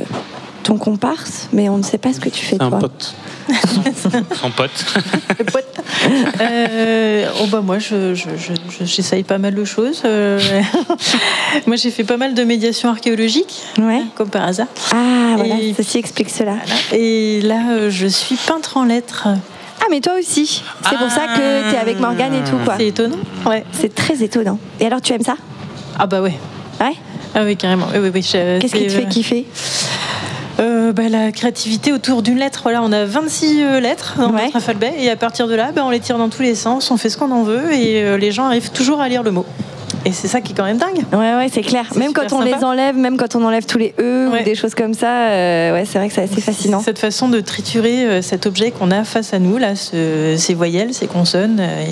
[SPEAKER 3] ton comparse, mais on ne sait pas ce que tu fais
[SPEAKER 4] c'est un
[SPEAKER 3] toi.
[SPEAKER 4] pote
[SPEAKER 2] Son pote.
[SPEAKER 5] Euh, oh bah moi, je, je- je- je- j'essaye pas mal de choses. euh, moi, j'ai fait pas mal de médiation archéologique,
[SPEAKER 3] Ouais.
[SPEAKER 5] comme par hasard.
[SPEAKER 3] Ah, voilà,
[SPEAKER 5] Et-
[SPEAKER 3] ceci explique cela.
[SPEAKER 5] Et là, euh, je suis peintre en lettres.
[SPEAKER 3] Ah, mais toi aussi. C'est pour ça que t'es avec Morgane et tout, quoi.
[SPEAKER 5] C'est étonnant. Ouais.
[SPEAKER 3] C'est très étonnant. Et alors, tu aimes ça
[SPEAKER 5] Ah bah ouais.
[SPEAKER 3] Ouais.
[SPEAKER 5] Ah oui, carrément. Oui, oui, oui, je-
[SPEAKER 3] Qu'est-ce qui
[SPEAKER 5] c'est,
[SPEAKER 3] te
[SPEAKER 5] euh,
[SPEAKER 3] fait kiffer
[SPEAKER 5] Euh, bah, la créativité autour d'une lettre. Voilà, on a 26 euh, lettres dans
[SPEAKER 3] Ouais.
[SPEAKER 5] notre alphabet et à partir de là, bah, on les tire dans tous les sens, on fait ce qu'on en veut et euh, les gens arrivent toujours à lire le mot. Et c'est ça qui est quand même dingue.
[SPEAKER 3] Ouais, ouais, c'est clair.
[SPEAKER 5] C'est
[SPEAKER 3] Même
[SPEAKER 5] super
[SPEAKER 3] quand on
[SPEAKER 5] sympa.
[SPEAKER 3] les enlève, même quand on enlève tous les E
[SPEAKER 5] Ouais.
[SPEAKER 3] ou des choses comme ça, euh, ouais, c'est vrai que c'est assez fascinant.
[SPEAKER 5] Cette façon de triturer euh, cet objet qu'on a face à nous, là, ce- ces voyelles, ces consonnes, euh,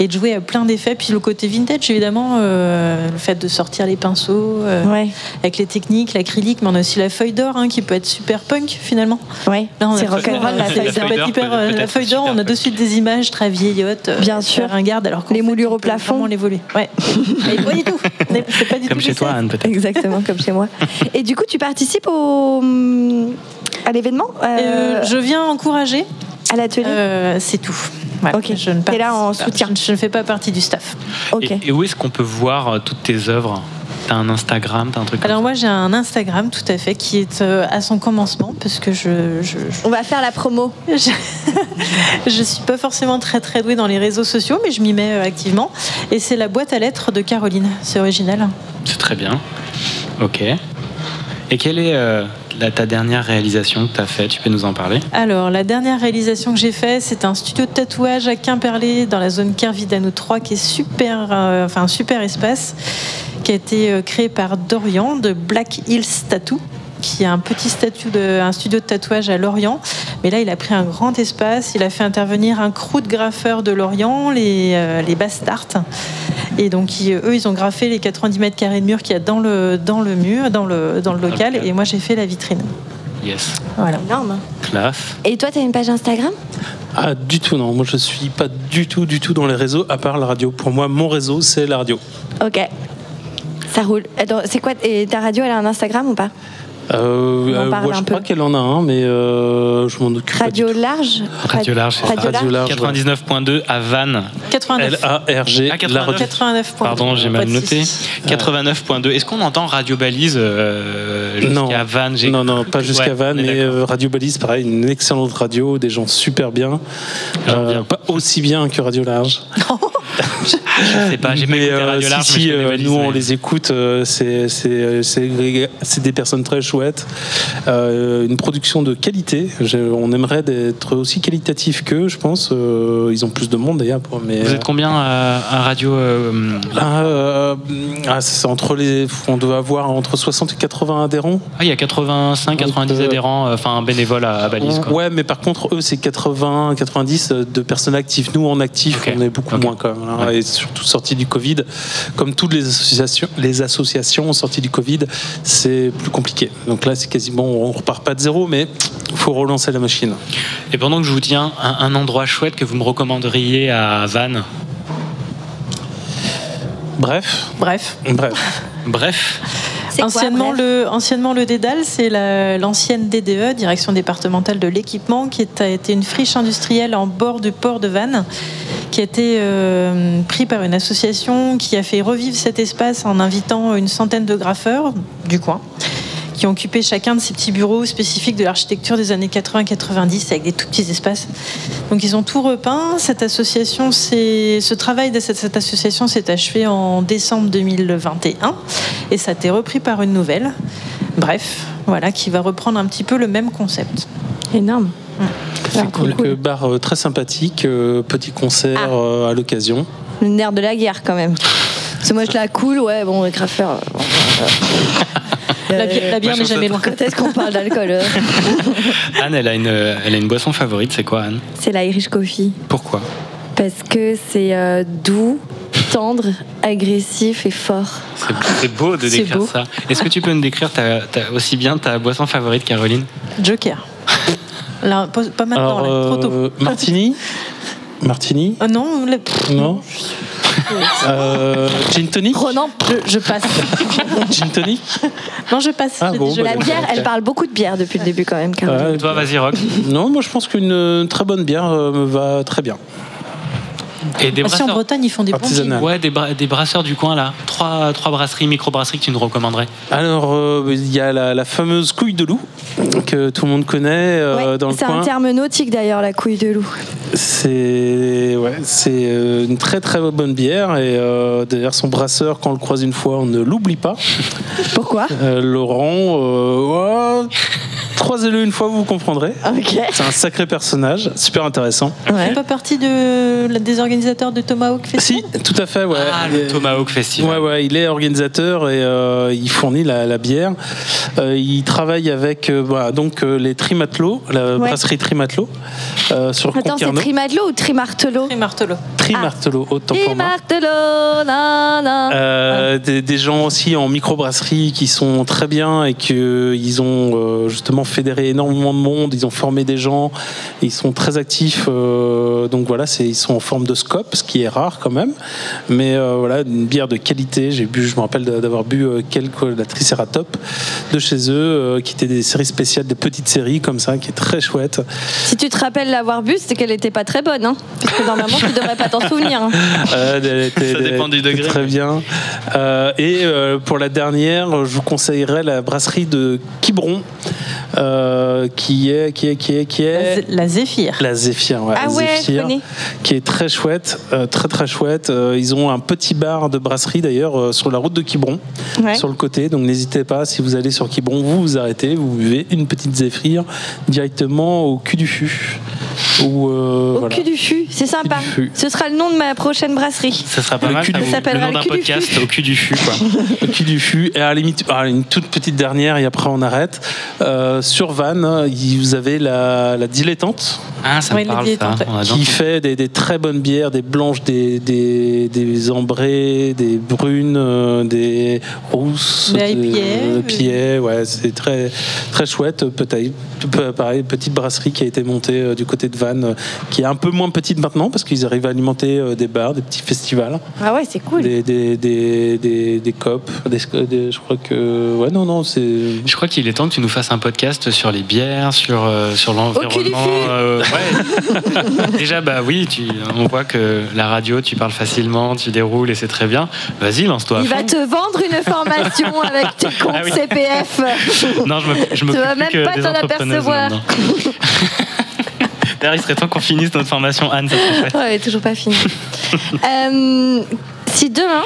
[SPEAKER 5] et, et de jouer à plein d'effets. Puis le côté vintage, évidemment, euh, le fait de sortir les pinceaux, euh,
[SPEAKER 3] Ouais,
[SPEAKER 5] avec les techniques, l'acrylique, mais on a aussi la feuille d'or hein, qui peut être super punk finalement.
[SPEAKER 3] ouais.
[SPEAKER 5] Là, on a
[SPEAKER 3] C'est
[SPEAKER 5] toujours,
[SPEAKER 3] rock'n'roll
[SPEAKER 5] euh,
[SPEAKER 3] la
[SPEAKER 5] c'est
[SPEAKER 3] feuille
[SPEAKER 5] hyper-
[SPEAKER 3] d'or.
[SPEAKER 2] d'or
[SPEAKER 5] hyper,
[SPEAKER 2] peut-
[SPEAKER 5] euh,
[SPEAKER 2] peut-être
[SPEAKER 5] La feuille d'or, on a
[SPEAKER 2] super
[SPEAKER 5] de suite des images très vieillottes, euh,
[SPEAKER 3] Bien
[SPEAKER 5] très
[SPEAKER 3] sûr.
[SPEAKER 5] ringardes, alors qu'en
[SPEAKER 3] Les
[SPEAKER 5] fait,
[SPEAKER 3] moulures
[SPEAKER 5] on
[SPEAKER 3] au
[SPEAKER 5] peut
[SPEAKER 3] plafond.
[SPEAKER 5] vraiment les voler. Ouais. Mais pas du tout. Mais C'est pas du
[SPEAKER 2] Comme
[SPEAKER 5] tout
[SPEAKER 2] chez
[SPEAKER 5] du
[SPEAKER 2] toi,
[SPEAKER 5] ça.
[SPEAKER 2] Anne, peut-être.
[SPEAKER 3] Exactement, comme chez moi. Et du coup, tu participes au, hum, à l'événement
[SPEAKER 2] hein.
[SPEAKER 3] euh,
[SPEAKER 5] Euh, je viens encourager,
[SPEAKER 3] À l'atelier
[SPEAKER 5] euh, c'est tout. Voilà.
[SPEAKER 3] Ok.
[SPEAKER 5] Je ne
[SPEAKER 3] T'es là en
[SPEAKER 5] participe pas.
[SPEAKER 3] soutien.
[SPEAKER 5] Je, ne- je ne fais pas partie du staff.
[SPEAKER 3] Ok.
[SPEAKER 2] Et, et où est-ce qu'on peut voir euh, toutes tes œuvres T'as un Instagram, t'as un truc
[SPEAKER 5] Alors
[SPEAKER 2] comme
[SPEAKER 5] moi j'ai un Instagram tout à fait qui est euh, à son commencement parce que je- je, je
[SPEAKER 3] On va faire la promo.
[SPEAKER 5] Je... je suis pas forcément très très douée dans les réseaux sociaux, mais je m'y mets euh, activement. Et c'est la boîte à lettres de Caroline. C'est original.
[SPEAKER 2] ça C'est très bien. Ok. Et quelle est euh, la- ta dernière réalisation que t'as faite Tu peux nous en parler
[SPEAKER 5] Alors, la dernière réalisation que j'ai faite, c'est un studio de tatouage à Quimperlé, dans la zone Kervidano 3, qui est super, euh, enfin un super espace, qui a été euh, créé par Dorian de Black Hills Tattoo qui a un petit statut de, un studio de tatouage à Lorient. Mais là, il a pris un grand espace. Il a fait intervenir un crew de graffeurs de Lorient, les, euh, les Bastards. Et donc, ils- eux, ils ont graffé les 90 mètres carrés de mur qu'il y a dans le, dans le mur, dans le, dans le
[SPEAKER 2] le
[SPEAKER 5] local.
[SPEAKER 2] local.
[SPEAKER 5] Et moi, j'ai fait la vitrine.
[SPEAKER 2] Yes.
[SPEAKER 5] Voilà.
[SPEAKER 3] Énorme.
[SPEAKER 2] Classe.
[SPEAKER 3] Et toi, t'as une page Instagram
[SPEAKER 4] Ah, du tout, non. Moi, je suis pas du tout, du tout dans les réseaux, à part la radio. Pour moi, mon réseau, c'est la radio.
[SPEAKER 3] Ok. Ça roule. Attends, c'est quoi Et ta radio, elle a un Instagram ou pas
[SPEAKER 4] Euh,
[SPEAKER 3] On en
[SPEAKER 4] euh,
[SPEAKER 3] parle
[SPEAKER 4] moi,
[SPEAKER 3] un
[SPEAKER 4] je
[SPEAKER 3] peu.
[SPEAKER 4] crois qu'elle en a un, mais euh, je m'en occupe
[SPEAKER 3] Radio large
[SPEAKER 2] Radio large, c'est ça.
[SPEAKER 3] Radio large.
[SPEAKER 4] Radio large.
[SPEAKER 2] 99.2 à Vannes.
[SPEAKER 5] 89.
[SPEAKER 4] L-A-R-G,
[SPEAKER 2] Ah, 89.
[SPEAKER 4] la radio.
[SPEAKER 5] 89 points.
[SPEAKER 2] Pardon, j'ai
[SPEAKER 5] Pas
[SPEAKER 2] mal
[SPEAKER 5] de
[SPEAKER 2] noté.
[SPEAKER 5] soucis.
[SPEAKER 2] 89.2. Est-ce qu'on entend Radio Balise euh,
[SPEAKER 4] Non.
[SPEAKER 2] jusqu'à Vannes J'ai-
[SPEAKER 4] Non, non, pas jusqu'à
[SPEAKER 2] Ouais,
[SPEAKER 4] Vannes,
[SPEAKER 2] on est
[SPEAKER 4] mais
[SPEAKER 2] d'accord.
[SPEAKER 4] euh, Radio Balise, pareil, une excellente radio, des gens super bien.
[SPEAKER 2] J'aime
[SPEAKER 4] Euh,
[SPEAKER 2] bien.
[SPEAKER 4] Pas aussi bien que Radio Large.
[SPEAKER 2] Je sais pas, Bah, j'ai pas
[SPEAKER 4] Mais,
[SPEAKER 2] écouté
[SPEAKER 4] euh,
[SPEAKER 2] Radio
[SPEAKER 4] si,
[SPEAKER 2] Large. mais
[SPEAKER 4] si,
[SPEAKER 2] je connais
[SPEAKER 4] euh,
[SPEAKER 2] Balise,
[SPEAKER 4] nous on
[SPEAKER 2] ouais.
[SPEAKER 4] les écoute, euh, c'est- c'est c'est- c'est des personnes très chouettes, Euh, une production de qualité. Je- on aimerait être aussi qualitatif qu'eux, je pense. Euh, ils ont plus de monde d'ailleurs. pour- Mais
[SPEAKER 2] Vous êtes combien à, à Radio euh,
[SPEAKER 4] Ah, euh, ah, c'est entre les, on doit avoir entre 60 et 80 adhérents.
[SPEAKER 2] Ah, il y a 85, 90
[SPEAKER 4] Donc, euh,
[SPEAKER 2] adhérents, euh, enfin bénévoles à, à Balise. Quoi.
[SPEAKER 4] Ouais, mais par contre, eux, c'est 80, 90 de personnes actives. Nous, en actif,
[SPEAKER 2] Ok.
[SPEAKER 4] on est beaucoup
[SPEAKER 2] Ok.
[SPEAKER 4] moins quand même. hein.
[SPEAKER 2] Ouais.
[SPEAKER 4] Et surtout sorti du Covid, comme toutes les associations, les associations sorties du Covid, c'est plus compliqué. Donc là, c'est quasiment, on repart pas de zéro, mais faut relancer la machine.
[SPEAKER 2] Et pendant que je vous tiens, un, un endroit chouette que vous me recommanderiez à Vannes.
[SPEAKER 4] Bref,
[SPEAKER 5] Bref.
[SPEAKER 4] bref.
[SPEAKER 2] Bref,
[SPEAKER 3] C'est quoi,
[SPEAKER 5] Anciennement,
[SPEAKER 3] bref
[SPEAKER 5] le, anciennement, le Dédale, c'est la- l'ancienne DDE, Direction départementale de l'équipement, qui est- a été une friche industrielle en bord du port de Vannes, qui a été euh, pris par une association qui a fait revivre cet espace en invitant une centaine de graffeurs du coin qui ont occupé chacun de ces petits bureaux spécifiques de l'architecture des années 80-90 avec des tout petits espaces. Donc ils ont tout repeint. Cette association, c'est ce travail de cette, cette association s'est achevé en décembre 2021 et ça a été repris par une nouvelle. Bref, voilà, qui va reprendre un petit peu le même concept.
[SPEAKER 3] Énorme. Alors,
[SPEAKER 4] C'est cool. Quelques bars euh, très sympathiques, euh, petits concerts
[SPEAKER 3] Ah.
[SPEAKER 4] euh, à l'occasion.
[SPEAKER 3] Le nerf de la guerre, quand même. Parce que moi, je la cool, ouais, bon, les graffeurs. euh, euh,
[SPEAKER 5] La, bi-
[SPEAKER 2] moi,
[SPEAKER 5] la bière
[SPEAKER 2] je
[SPEAKER 5] n'est
[SPEAKER 2] trouve
[SPEAKER 5] jamais loin.
[SPEAKER 3] Quand est-ce qu'on parle d'alcool euh
[SPEAKER 2] Anne, elle a une, elle a une boisson favorite, c'est quoi Anne
[SPEAKER 3] C'est la Irish Coffee.
[SPEAKER 2] Pourquoi
[SPEAKER 3] Parce que c'est euh, doux, tendre, agressif et fort.
[SPEAKER 2] C'est c'est beau de
[SPEAKER 5] C'est
[SPEAKER 2] décrire
[SPEAKER 5] beau.
[SPEAKER 2] ça. Est-ce que tu peux me décrire ta- ta- aussi bien ta boisson favorite, Caroline
[SPEAKER 5] Joker. Là, pas pas maintenant, là, trop tôt.
[SPEAKER 4] euh, Martini Martini
[SPEAKER 5] Ah non, là, pff,
[SPEAKER 4] Non euh, Gin tonic
[SPEAKER 3] Ronan,
[SPEAKER 5] je, je passe.
[SPEAKER 4] Gin tonic
[SPEAKER 5] Non, je passe.
[SPEAKER 4] Ah
[SPEAKER 5] j'ai
[SPEAKER 4] bon,
[SPEAKER 5] dit je
[SPEAKER 4] bah,
[SPEAKER 3] la
[SPEAKER 5] passe.
[SPEAKER 3] bière, elle parle beaucoup de bière depuis le début, quand même. Caroline.
[SPEAKER 4] Ouais,
[SPEAKER 2] Et Toi, vas-y, Rock.
[SPEAKER 4] Euh, Non, moi je pense qu'une euh, très bonne bière euh, me va très bien.
[SPEAKER 2] Et des
[SPEAKER 5] Ah, si en
[SPEAKER 2] brasseurs.
[SPEAKER 5] Bretagne, ils font des bons
[SPEAKER 4] Artisanal.
[SPEAKER 5] gins.
[SPEAKER 2] Ouais, des, bra- des brasseurs du coin là. Trois, trois brasseries, micro-brasseries que tu nous recommanderais.
[SPEAKER 4] Alors, euh, il y a la, la fameuse couille de loup que tout le monde connaît euh,
[SPEAKER 3] Ouais,
[SPEAKER 4] dans le
[SPEAKER 3] c'est un
[SPEAKER 4] coin.
[SPEAKER 3] terme nautique, d'ailleurs, la couille de loup.
[SPEAKER 4] C'est ouais, c'est euh, une très très bonne bière et euh, d'ailleurs son brasseur, quand on le croise une fois, on ne l'oublie pas.
[SPEAKER 3] Pourquoi
[SPEAKER 4] Euh, Laurent, euh, ouais, trois Croisez-le une fois, vous comprendrez.
[SPEAKER 3] Ok.
[SPEAKER 4] C'est un sacré personnage, super intéressant.
[SPEAKER 3] Ouais.
[SPEAKER 5] Fait pas partie de, la- des organisateurs de Tomahawk Festival
[SPEAKER 4] Si, tout à fait, ouais.
[SPEAKER 2] Ah, le
[SPEAKER 4] Et-
[SPEAKER 2] Tomahawk Festival.
[SPEAKER 4] Ouais, ouais, il est organisateur et euh, il fournit la, la bière. Euh, il travaille avec euh, bah, donc euh, les Trimatelots, la
[SPEAKER 3] Ouais.
[SPEAKER 4] brasserie Trimatelot euh, sur
[SPEAKER 3] Attends, c'est Ah.
[SPEAKER 4] Concarneau.
[SPEAKER 3] Trimadelot ou Trimartelot
[SPEAKER 5] Et Martelo.
[SPEAKER 4] Trimartelot, autant pour moi.
[SPEAKER 3] Trimartelot, nan, nan.
[SPEAKER 4] Euh, des, des gens aussi en microbrasserie qui sont très bien et que euh, ils ont euh, justement fédéré énormément de monde, ils ont formé des gens, ils sont très actifs. euh, donc voilà, c'est- ils sont en forme de scope, ce qui est rare quand même. Mais euh, voilà, une bière de qualité. J'ai bu, je me rappelle d'avoir bu euh, quelques la Triceratop de chez eux, euh, qui étaient des séries spéciales, des petites séries comme ça, qui est très chouette.
[SPEAKER 3] Si tu te rappelles l'avoir bu, c'est qu'elle n'était pas très bonne. Hein Puisque normalement, tu devrais pas t'en souvenir. hein.
[SPEAKER 4] Euh, elle était-
[SPEAKER 2] Ça
[SPEAKER 4] elle
[SPEAKER 2] dépend du
[SPEAKER 4] était
[SPEAKER 2] degré.
[SPEAKER 4] Très bien. Euh, et euh, pour la dernière, je vous conseillerais la brasserie de Quiberon, euh, qui est qui est qui est qui
[SPEAKER 5] La,
[SPEAKER 4] est
[SPEAKER 5] la Zéphyr.
[SPEAKER 4] la Zéphyr, ouais,
[SPEAKER 3] Ah
[SPEAKER 4] la
[SPEAKER 3] ouais, je
[SPEAKER 4] Zéphyr,
[SPEAKER 3] connais.
[SPEAKER 4] qui est très chouette, euh, très très chouette. Euh, ils ont un petit bar de brasserie d'ailleurs euh, sur la route de Quiberon,
[SPEAKER 3] Ouais.
[SPEAKER 4] sur le côté. Donc n'hésitez pas si vous allez sur Quiberon, vous vous arrêtez, vous buvez une petite Zéphyr directement au cul du fût. Ou euh,
[SPEAKER 3] Au
[SPEAKER 4] voilà.
[SPEAKER 3] cul du fût, c'est sympa.
[SPEAKER 4] du fût.
[SPEAKER 3] Ce sera le nom de ma prochaine brasserie.
[SPEAKER 2] Ça sera pas
[SPEAKER 4] Le
[SPEAKER 2] mal,
[SPEAKER 4] cul
[SPEAKER 2] ça
[SPEAKER 4] du-
[SPEAKER 2] vous-
[SPEAKER 3] Ça s'appellera
[SPEAKER 2] le nom d'un
[SPEAKER 3] le cul du
[SPEAKER 2] podcast
[SPEAKER 3] fût.
[SPEAKER 2] au cul du fût, quoi.
[SPEAKER 4] Le cul du fût. Et à la limite, ah, une toute petite dernière, et après on arrête. Euh, sur Van, il- vous avez la, la dilettante
[SPEAKER 2] Ah, ça
[SPEAKER 5] Ouais,
[SPEAKER 2] me
[SPEAKER 5] les
[SPEAKER 2] parle, ça.
[SPEAKER 5] dilettantes, ouais.
[SPEAKER 2] On adore.
[SPEAKER 4] qui fait des, des très bonnes bières, des blanches, des, des, des ambrées, des brunes, euh, des rousses,
[SPEAKER 5] Des IPA,
[SPEAKER 4] euh,
[SPEAKER 5] oui.
[SPEAKER 4] IPA, ouais, c'est très, très chouette. Peut-être, peu- pareil, petite brasserie qui a été montée euh, du côté de Van, euh, qui est un peu moins petite maintenant parce qu'ils arrivent à alimenter euh, des bars, des petits festivals
[SPEAKER 3] Ah ouais, c'est cool.
[SPEAKER 4] des, des, des, des, des copes, des- des- je crois que. Ouais, non, non, c'est.
[SPEAKER 2] Je crois qu'il est temps que tu nous fasses un podcast sur les bières, sur, euh, sur
[SPEAKER 3] Au cul du
[SPEAKER 2] l'environnement.
[SPEAKER 3] fût.
[SPEAKER 2] euh, ouais. Déjà, bah oui, tu, on voit que la radio, tu parles facilement, tu déroules et c'est très bien. Vas-y, lance-toi. à
[SPEAKER 3] Il va
[SPEAKER 2] fond.
[SPEAKER 3] te vendre une formation avec tes comptes
[SPEAKER 2] Ah oui.
[SPEAKER 3] CPF.
[SPEAKER 2] Non, je me, je me
[SPEAKER 3] Tu vas
[SPEAKER 2] plus
[SPEAKER 3] même
[SPEAKER 2] que
[SPEAKER 3] pas
[SPEAKER 2] des
[SPEAKER 3] t'en
[SPEAKER 2] entrepreneuses
[SPEAKER 3] apercevoir.
[SPEAKER 2] maintenant. D'ailleurs, il serait temps qu'on finisse notre formation, Anne. ça serait chouette.
[SPEAKER 3] Ouais, Oh, elle est toujours pas fini. Euh, si demain,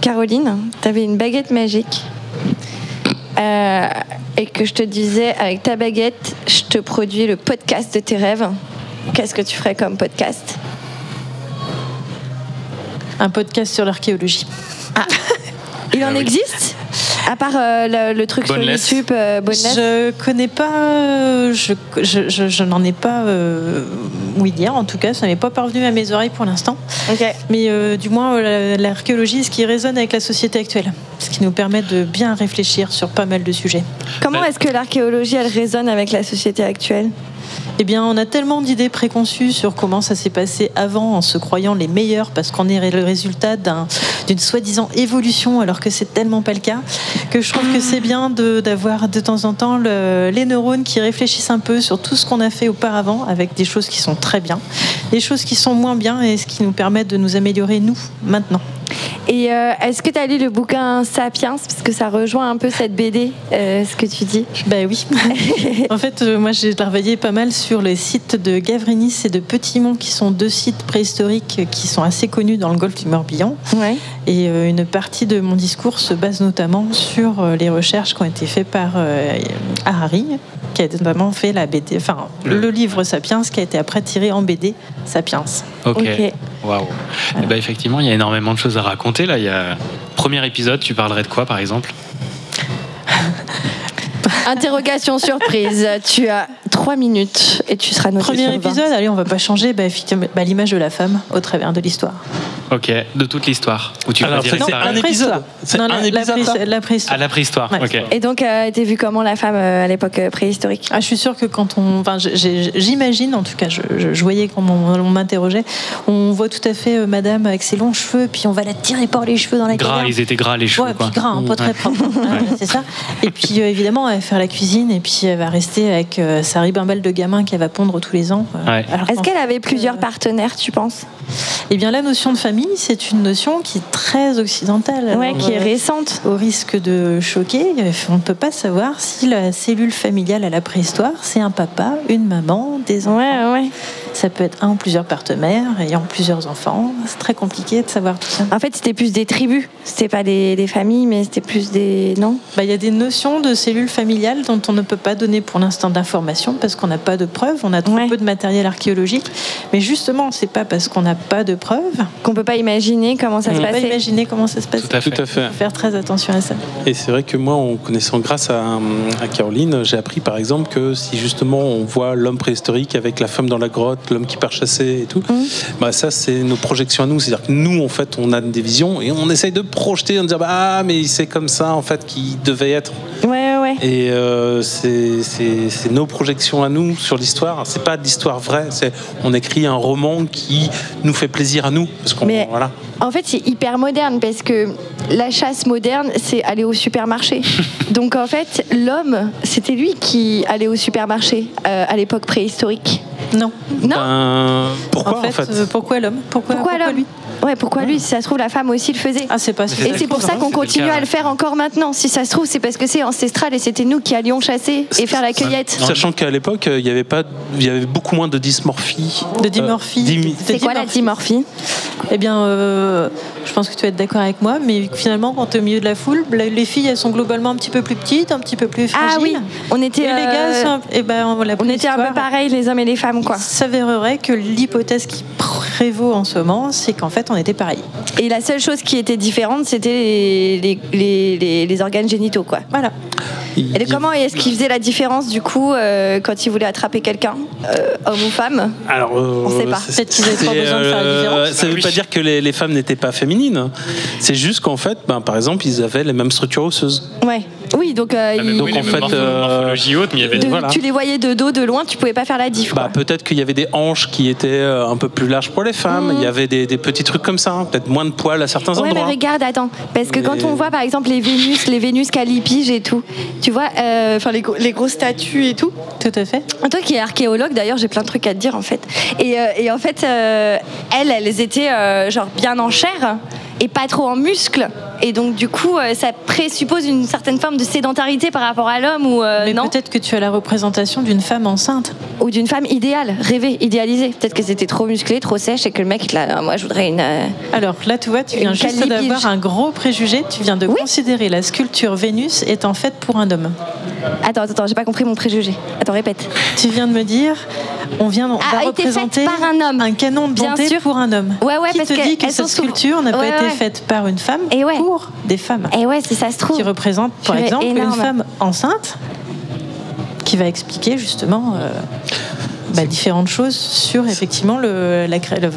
[SPEAKER 3] Caroline, t'avais une baguette magique euh, et que je te disais avec ta baguette, je te produis le podcast de tes rêves. Qu'est-ce que tu ferais comme podcast
[SPEAKER 5] Un podcast sur l'archéologie.
[SPEAKER 3] Il en
[SPEAKER 2] Ah oui.
[SPEAKER 3] existe À part euh, le, le truc
[SPEAKER 2] Boneless.
[SPEAKER 3] sur YouTube, euh, Boneless.
[SPEAKER 5] Je connais pas, euh, je, je, je- je n'en ai pas euh, oui dire, en tout cas, ça n'est pas parvenu à mes oreilles pour l'instant.
[SPEAKER 3] Ok.
[SPEAKER 5] Mais euh, du moins, euh, la- l'archéologie, ce qui résonne avec la société actuelle, ce qui nous permet de bien réfléchir sur pas mal de sujets.
[SPEAKER 3] Comment
[SPEAKER 2] Euh.
[SPEAKER 3] est-ce que l'archéologie, elle résonne avec la société actuelle
[SPEAKER 5] Eh bien, on a tellement d'idées préconçues sur comment ça s'est passé avant en se croyant les meilleurs parce qu'on est le résultat d'un- d'une soi-disant évolution alors que c'est tellement pas le cas que je trouve que c'est bien de- d'avoir de, temps en temps le- les neurones qui réfléchissent un peu sur tout ce qu'on a fait auparavant avec des choses qui sont très bien, des choses qui sont moins bien et ce qui nous permet de nous améliorer nous maintenant.
[SPEAKER 3] Et euh, est-ce que tu as lu le bouquin Sapiens Parce que ça rejoint un peu cette BD, euh, ce que tu dis.
[SPEAKER 5] Ben oui. en fait, euh, moi, j'ai travaillé pas mal sur les sites de Gavrinis et de Petitmont, qui sont deux sites préhistoriques euh, qui sont assez connus dans le golfe du Morbihan.
[SPEAKER 3] Ouais.
[SPEAKER 5] Et euh, une partie de mon discours se base notamment sur euh, les recherches qui ont été faites par euh, Harari, qui a notamment fait la BD, enfin, le livre Sapiens, qui a été après tiré en BD Sapiens.
[SPEAKER 2] Ok.
[SPEAKER 3] Ok.
[SPEAKER 2] Waouh. Eh ben, effectivement, il y a énormément de choses à raconter. Là, il y a. Premier épisode, tu parlerais de quoi, par exemple
[SPEAKER 3] Interrogation surprise. Tu as trois minutes et tu seras noté
[SPEAKER 5] Premier
[SPEAKER 3] sur 20.
[SPEAKER 5] épisode, allez, on va pas changer, bah, effectivement, bah, l'image de la femme au travers de l'histoire.
[SPEAKER 2] Ok, de toute l'histoire. Ou tu
[SPEAKER 4] Alors,
[SPEAKER 2] choisirais
[SPEAKER 4] ça,
[SPEAKER 2] que
[SPEAKER 4] c'est
[SPEAKER 2] ça
[SPEAKER 4] un
[SPEAKER 2] reste
[SPEAKER 5] la préhistoire.
[SPEAKER 4] épisode. C'est
[SPEAKER 5] Non,
[SPEAKER 4] un
[SPEAKER 5] la- la
[SPEAKER 4] épisode,
[SPEAKER 5] préhis-
[SPEAKER 4] ça
[SPEAKER 5] La préhistoire.
[SPEAKER 2] À la préhistoire.
[SPEAKER 5] Ouais.
[SPEAKER 2] Ok.
[SPEAKER 3] Et donc, euh, t'es vu comment la femme euh, à l'époque euh, préhistorique
[SPEAKER 5] Ah, je suis sûre que quand on. Enfin, j'ai- j'ai- j'imagine, en tout cas, je, je- je voyais quand on, on m'interrogeait, on voit tout à fait euh, madame avec ses longs cheveux, puis on va la tirer par les cheveux dans la
[SPEAKER 2] Gras,
[SPEAKER 5] caverne.
[SPEAKER 2] ils étaient gras les cheveux.
[SPEAKER 5] Ouais,
[SPEAKER 2] quoi.
[SPEAKER 5] puis gras, hein, pas très propre. Ouais, C'est ça. Et puis, euh, évidemment, elle va faire la cuisine, et puis elle va rester avec euh, sa ribambelle de gamin qu'elle va pondre tous les ans. euh,
[SPEAKER 2] Ouais.
[SPEAKER 5] alors
[SPEAKER 3] Est-ce
[SPEAKER 5] qu'en
[SPEAKER 3] qu'elle avait plusieurs
[SPEAKER 5] euh,
[SPEAKER 3] partenaires, tu penses
[SPEAKER 5] Eh bien, la notion de famille, c'est une notion qui est très occidentale.
[SPEAKER 3] Ouais,
[SPEAKER 5] Alors,
[SPEAKER 3] qui est
[SPEAKER 5] euh,
[SPEAKER 3] récente.
[SPEAKER 5] au risque de choquer, euh, on ne peut pas savoir si la cellule familiale à la préhistoire, c'est un papa, une maman, des
[SPEAKER 3] Ouais,
[SPEAKER 5] enfants.
[SPEAKER 3] ouais.
[SPEAKER 5] Ça peut être un ou plusieurs partenaires, ayant plusieurs enfants. C'est très compliqué de savoir tout ça.
[SPEAKER 3] En fait, c'était plus des tribus. C'était pas des, des familles, mais c'était plus des. Non
[SPEAKER 5] Bah, Il y a des notions de cellules familiales dont on ne peut pas donner pour l'instant d'informations parce qu'on n'a pas de preuves, on a trop
[SPEAKER 3] Ouais.
[SPEAKER 5] peu de matériel archéologique. Mais justement, c'est pas parce qu'on n'a pas de preuves
[SPEAKER 3] Qu'on peut pas imaginer comment ça
[SPEAKER 5] qu'on
[SPEAKER 3] se
[SPEAKER 5] ne peut pas
[SPEAKER 3] passait.
[SPEAKER 5] imaginer comment ça se passe.
[SPEAKER 2] Tout à fait.
[SPEAKER 4] Tout à fait.
[SPEAKER 5] Faut Faire très attention à ça.
[SPEAKER 4] Et c'est vrai que moi, en connaissant grâce à, à Caroline, j'ai appris par exemple que si justement on voit l'homme préhistorique avec la femme dans la grotte, l'homme qui part chasser et tout, bah ça c'est nos projections à nous. C'est-à-dire que nous, en fait, on a des visions et on essaye de projeter en disant bah ah, mais c'est comme ça en fait qu'il devait être.
[SPEAKER 3] Ouais, ouais, ouais.
[SPEAKER 4] Et euh, c'est- c'est c'est nos projections à nous sur l'histoire. C'est pas de l'histoire vraie. C'est on écrit un roman qui nous fait plaisir à nous parce qu'on
[SPEAKER 3] Mais-
[SPEAKER 4] voilà.
[SPEAKER 3] En fait, c'est hyper moderne parce que la chasse moderne, c'est aller au supermarché. Donc en fait, l'homme, c'était lui qui allait au supermarché euh, à l'époque préhistorique.
[SPEAKER 5] Non.
[SPEAKER 3] Non
[SPEAKER 4] Ben, pourquoi en fait,
[SPEAKER 5] euh, pourquoi l'homme Pourquoi,
[SPEAKER 3] Pourquoi l'homme
[SPEAKER 5] lui
[SPEAKER 3] Ouais, pourquoi lui Si ça se trouve, la femme aussi le faisait.
[SPEAKER 5] Ah, c'est pas
[SPEAKER 2] Mais
[SPEAKER 3] Et
[SPEAKER 2] ça se
[SPEAKER 3] c'est pour
[SPEAKER 2] trouve,
[SPEAKER 3] ça
[SPEAKER 2] hein,
[SPEAKER 3] qu'on
[SPEAKER 2] c'était le
[SPEAKER 3] continue
[SPEAKER 2] cas,
[SPEAKER 3] à
[SPEAKER 2] ouais.
[SPEAKER 3] le faire encore maintenant. Si ça se trouve, c'est parce que c'est ancestral et c'était nous qui allions chasser et faire la cueillette.
[SPEAKER 4] Ah, Sachant qu'à l'époque, euh, il y avait pas, il y avait beaucoup moins de dysmorphie.
[SPEAKER 5] De dimorphie.
[SPEAKER 4] Euh, dim-
[SPEAKER 5] De
[SPEAKER 3] C'est quoi la dimorphie
[SPEAKER 5] Eh bien, euh, je pense que tu vas être d'accord avec moi, mais finalement, quand tu es au milieu de la foule, la- les filles, elles sont globalement un petit peu plus petites, un petit peu plus fragiles.
[SPEAKER 3] Ah oui, on
[SPEAKER 5] Et
[SPEAKER 3] était,
[SPEAKER 5] les
[SPEAKER 3] euh,
[SPEAKER 5] gars, sont un- eh ben, voilà,
[SPEAKER 3] on
[SPEAKER 5] pour
[SPEAKER 3] était un peu
[SPEAKER 5] l'histoire,
[SPEAKER 3] pareils, les hommes et les femmes, quoi.
[SPEAKER 5] Il s'avérerait que l'hypothèse qui prévaut en ce moment, c'est qu'en fait, on était pareil.
[SPEAKER 3] Et la seule chose qui était différente, c'était les, les, les- les- les organes génitaux, quoi.
[SPEAKER 5] Voilà.
[SPEAKER 3] Et de- comment est-ce qu'ils faisaient la différence, du coup, euh, quand ils voulaient attraper quelqu'un, euh, homme ou femme
[SPEAKER 4] Alors, euh,
[SPEAKER 3] On sait pas.
[SPEAKER 4] c'est-
[SPEAKER 5] Peut-être qu'ils avaient pas
[SPEAKER 4] c'est, euh,
[SPEAKER 5] besoin de faire la différence.
[SPEAKER 4] Ça
[SPEAKER 2] Ah
[SPEAKER 4] veut
[SPEAKER 2] oui.
[SPEAKER 4] pas dire que les, les femmes n'étaient pas féminines. C'est juste qu'en fait, ben, par exemple, ils avaient les mêmes structures osseuses.
[SPEAKER 3] Ouais. Oui, donc, euh,
[SPEAKER 2] Ah, mais
[SPEAKER 3] ils-
[SPEAKER 4] Donc,
[SPEAKER 2] oui,
[SPEAKER 4] en
[SPEAKER 2] mais
[SPEAKER 4] fait,
[SPEAKER 2] morpho-
[SPEAKER 4] euh,
[SPEAKER 2] morphologie haute, mais il y avait
[SPEAKER 3] de-
[SPEAKER 2] des-
[SPEAKER 4] voilà.
[SPEAKER 3] tu les voyais de dos, de loin, tu pouvais pas faire la diff.
[SPEAKER 4] Bah,
[SPEAKER 3] quoi.
[SPEAKER 4] peut-être qu'il y avait des hanches qui étaient euh, un peu plus larges pour les femmes.
[SPEAKER 5] Mm.
[SPEAKER 4] Il y avait des, des petits trucs comme ça. hein. Peut-être moins de poils à certains
[SPEAKER 3] Ouais, mais
[SPEAKER 4] endroits.
[SPEAKER 3] regarde, attends, parce que quand
[SPEAKER 4] Mais-
[SPEAKER 3] on voit par exemple les Vénus, les Vénus calipige et tout, tu vois, euh, enfin les, gros- les grosses statues et tout.
[SPEAKER 5] Tout à fait.
[SPEAKER 3] Toi qui es archéologue, d'ailleurs, j'ai plein de trucs à te dire en fait. Et, euh, et en fait, euh, elles, elles étaient euh, genre bien en chair et pas trop en muscles. Et donc du coup, euh, ça présuppose une certaine forme de sédentarité par rapport à l'homme ou euh,
[SPEAKER 5] mais
[SPEAKER 3] non
[SPEAKER 5] peut-être que tu as la représentation d'une femme enceinte.
[SPEAKER 3] ou d'une femme idéale, rêvée, idéalisée. Peut-être qu'elles étaient trop musclées, trop sèches et que le mec, il a, moi, je voudrais une. euh,
[SPEAKER 5] Alors là, tu vois, tu
[SPEAKER 3] Une
[SPEAKER 5] viens juste
[SPEAKER 3] calipige.
[SPEAKER 5] d'avoir un gros préjugé. Tu viens de
[SPEAKER 3] Oui.
[SPEAKER 5] considérer la sculpture Vénus étant faite pour un homme.
[SPEAKER 3] Attends, attends, attends, j'ai pas compris mon préjugé. Attends, répète.
[SPEAKER 5] Tu viens de me dire, on vient on
[SPEAKER 3] Ah, A
[SPEAKER 5] va
[SPEAKER 3] été
[SPEAKER 5] représenter
[SPEAKER 3] faite par un homme.
[SPEAKER 5] canon de
[SPEAKER 3] Bien
[SPEAKER 5] bonté
[SPEAKER 3] sûr.
[SPEAKER 5] pour un homme.
[SPEAKER 3] Ouais, ouais,
[SPEAKER 5] Qui
[SPEAKER 3] parce
[SPEAKER 5] te
[SPEAKER 3] qu'elles-
[SPEAKER 5] dit que
[SPEAKER 3] elles
[SPEAKER 5] cette
[SPEAKER 3] sont souvent-
[SPEAKER 5] sculpture n'a
[SPEAKER 3] Ouais,
[SPEAKER 5] pas été
[SPEAKER 3] ouais.
[SPEAKER 5] faite par une femme
[SPEAKER 3] Et ouais.
[SPEAKER 5] pour des femmes,
[SPEAKER 3] Et Eh ouais, si ça se trouve.
[SPEAKER 5] qui représente par
[SPEAKER 3] Purée,
[SPEAKER 5] exemple
[SPEAKER 3] énorme.
[SPEAKER 5] une femme enceinte, qui va expliquer justement. euh, bah, différentes choses sur effectivement le, la cré- le- euh,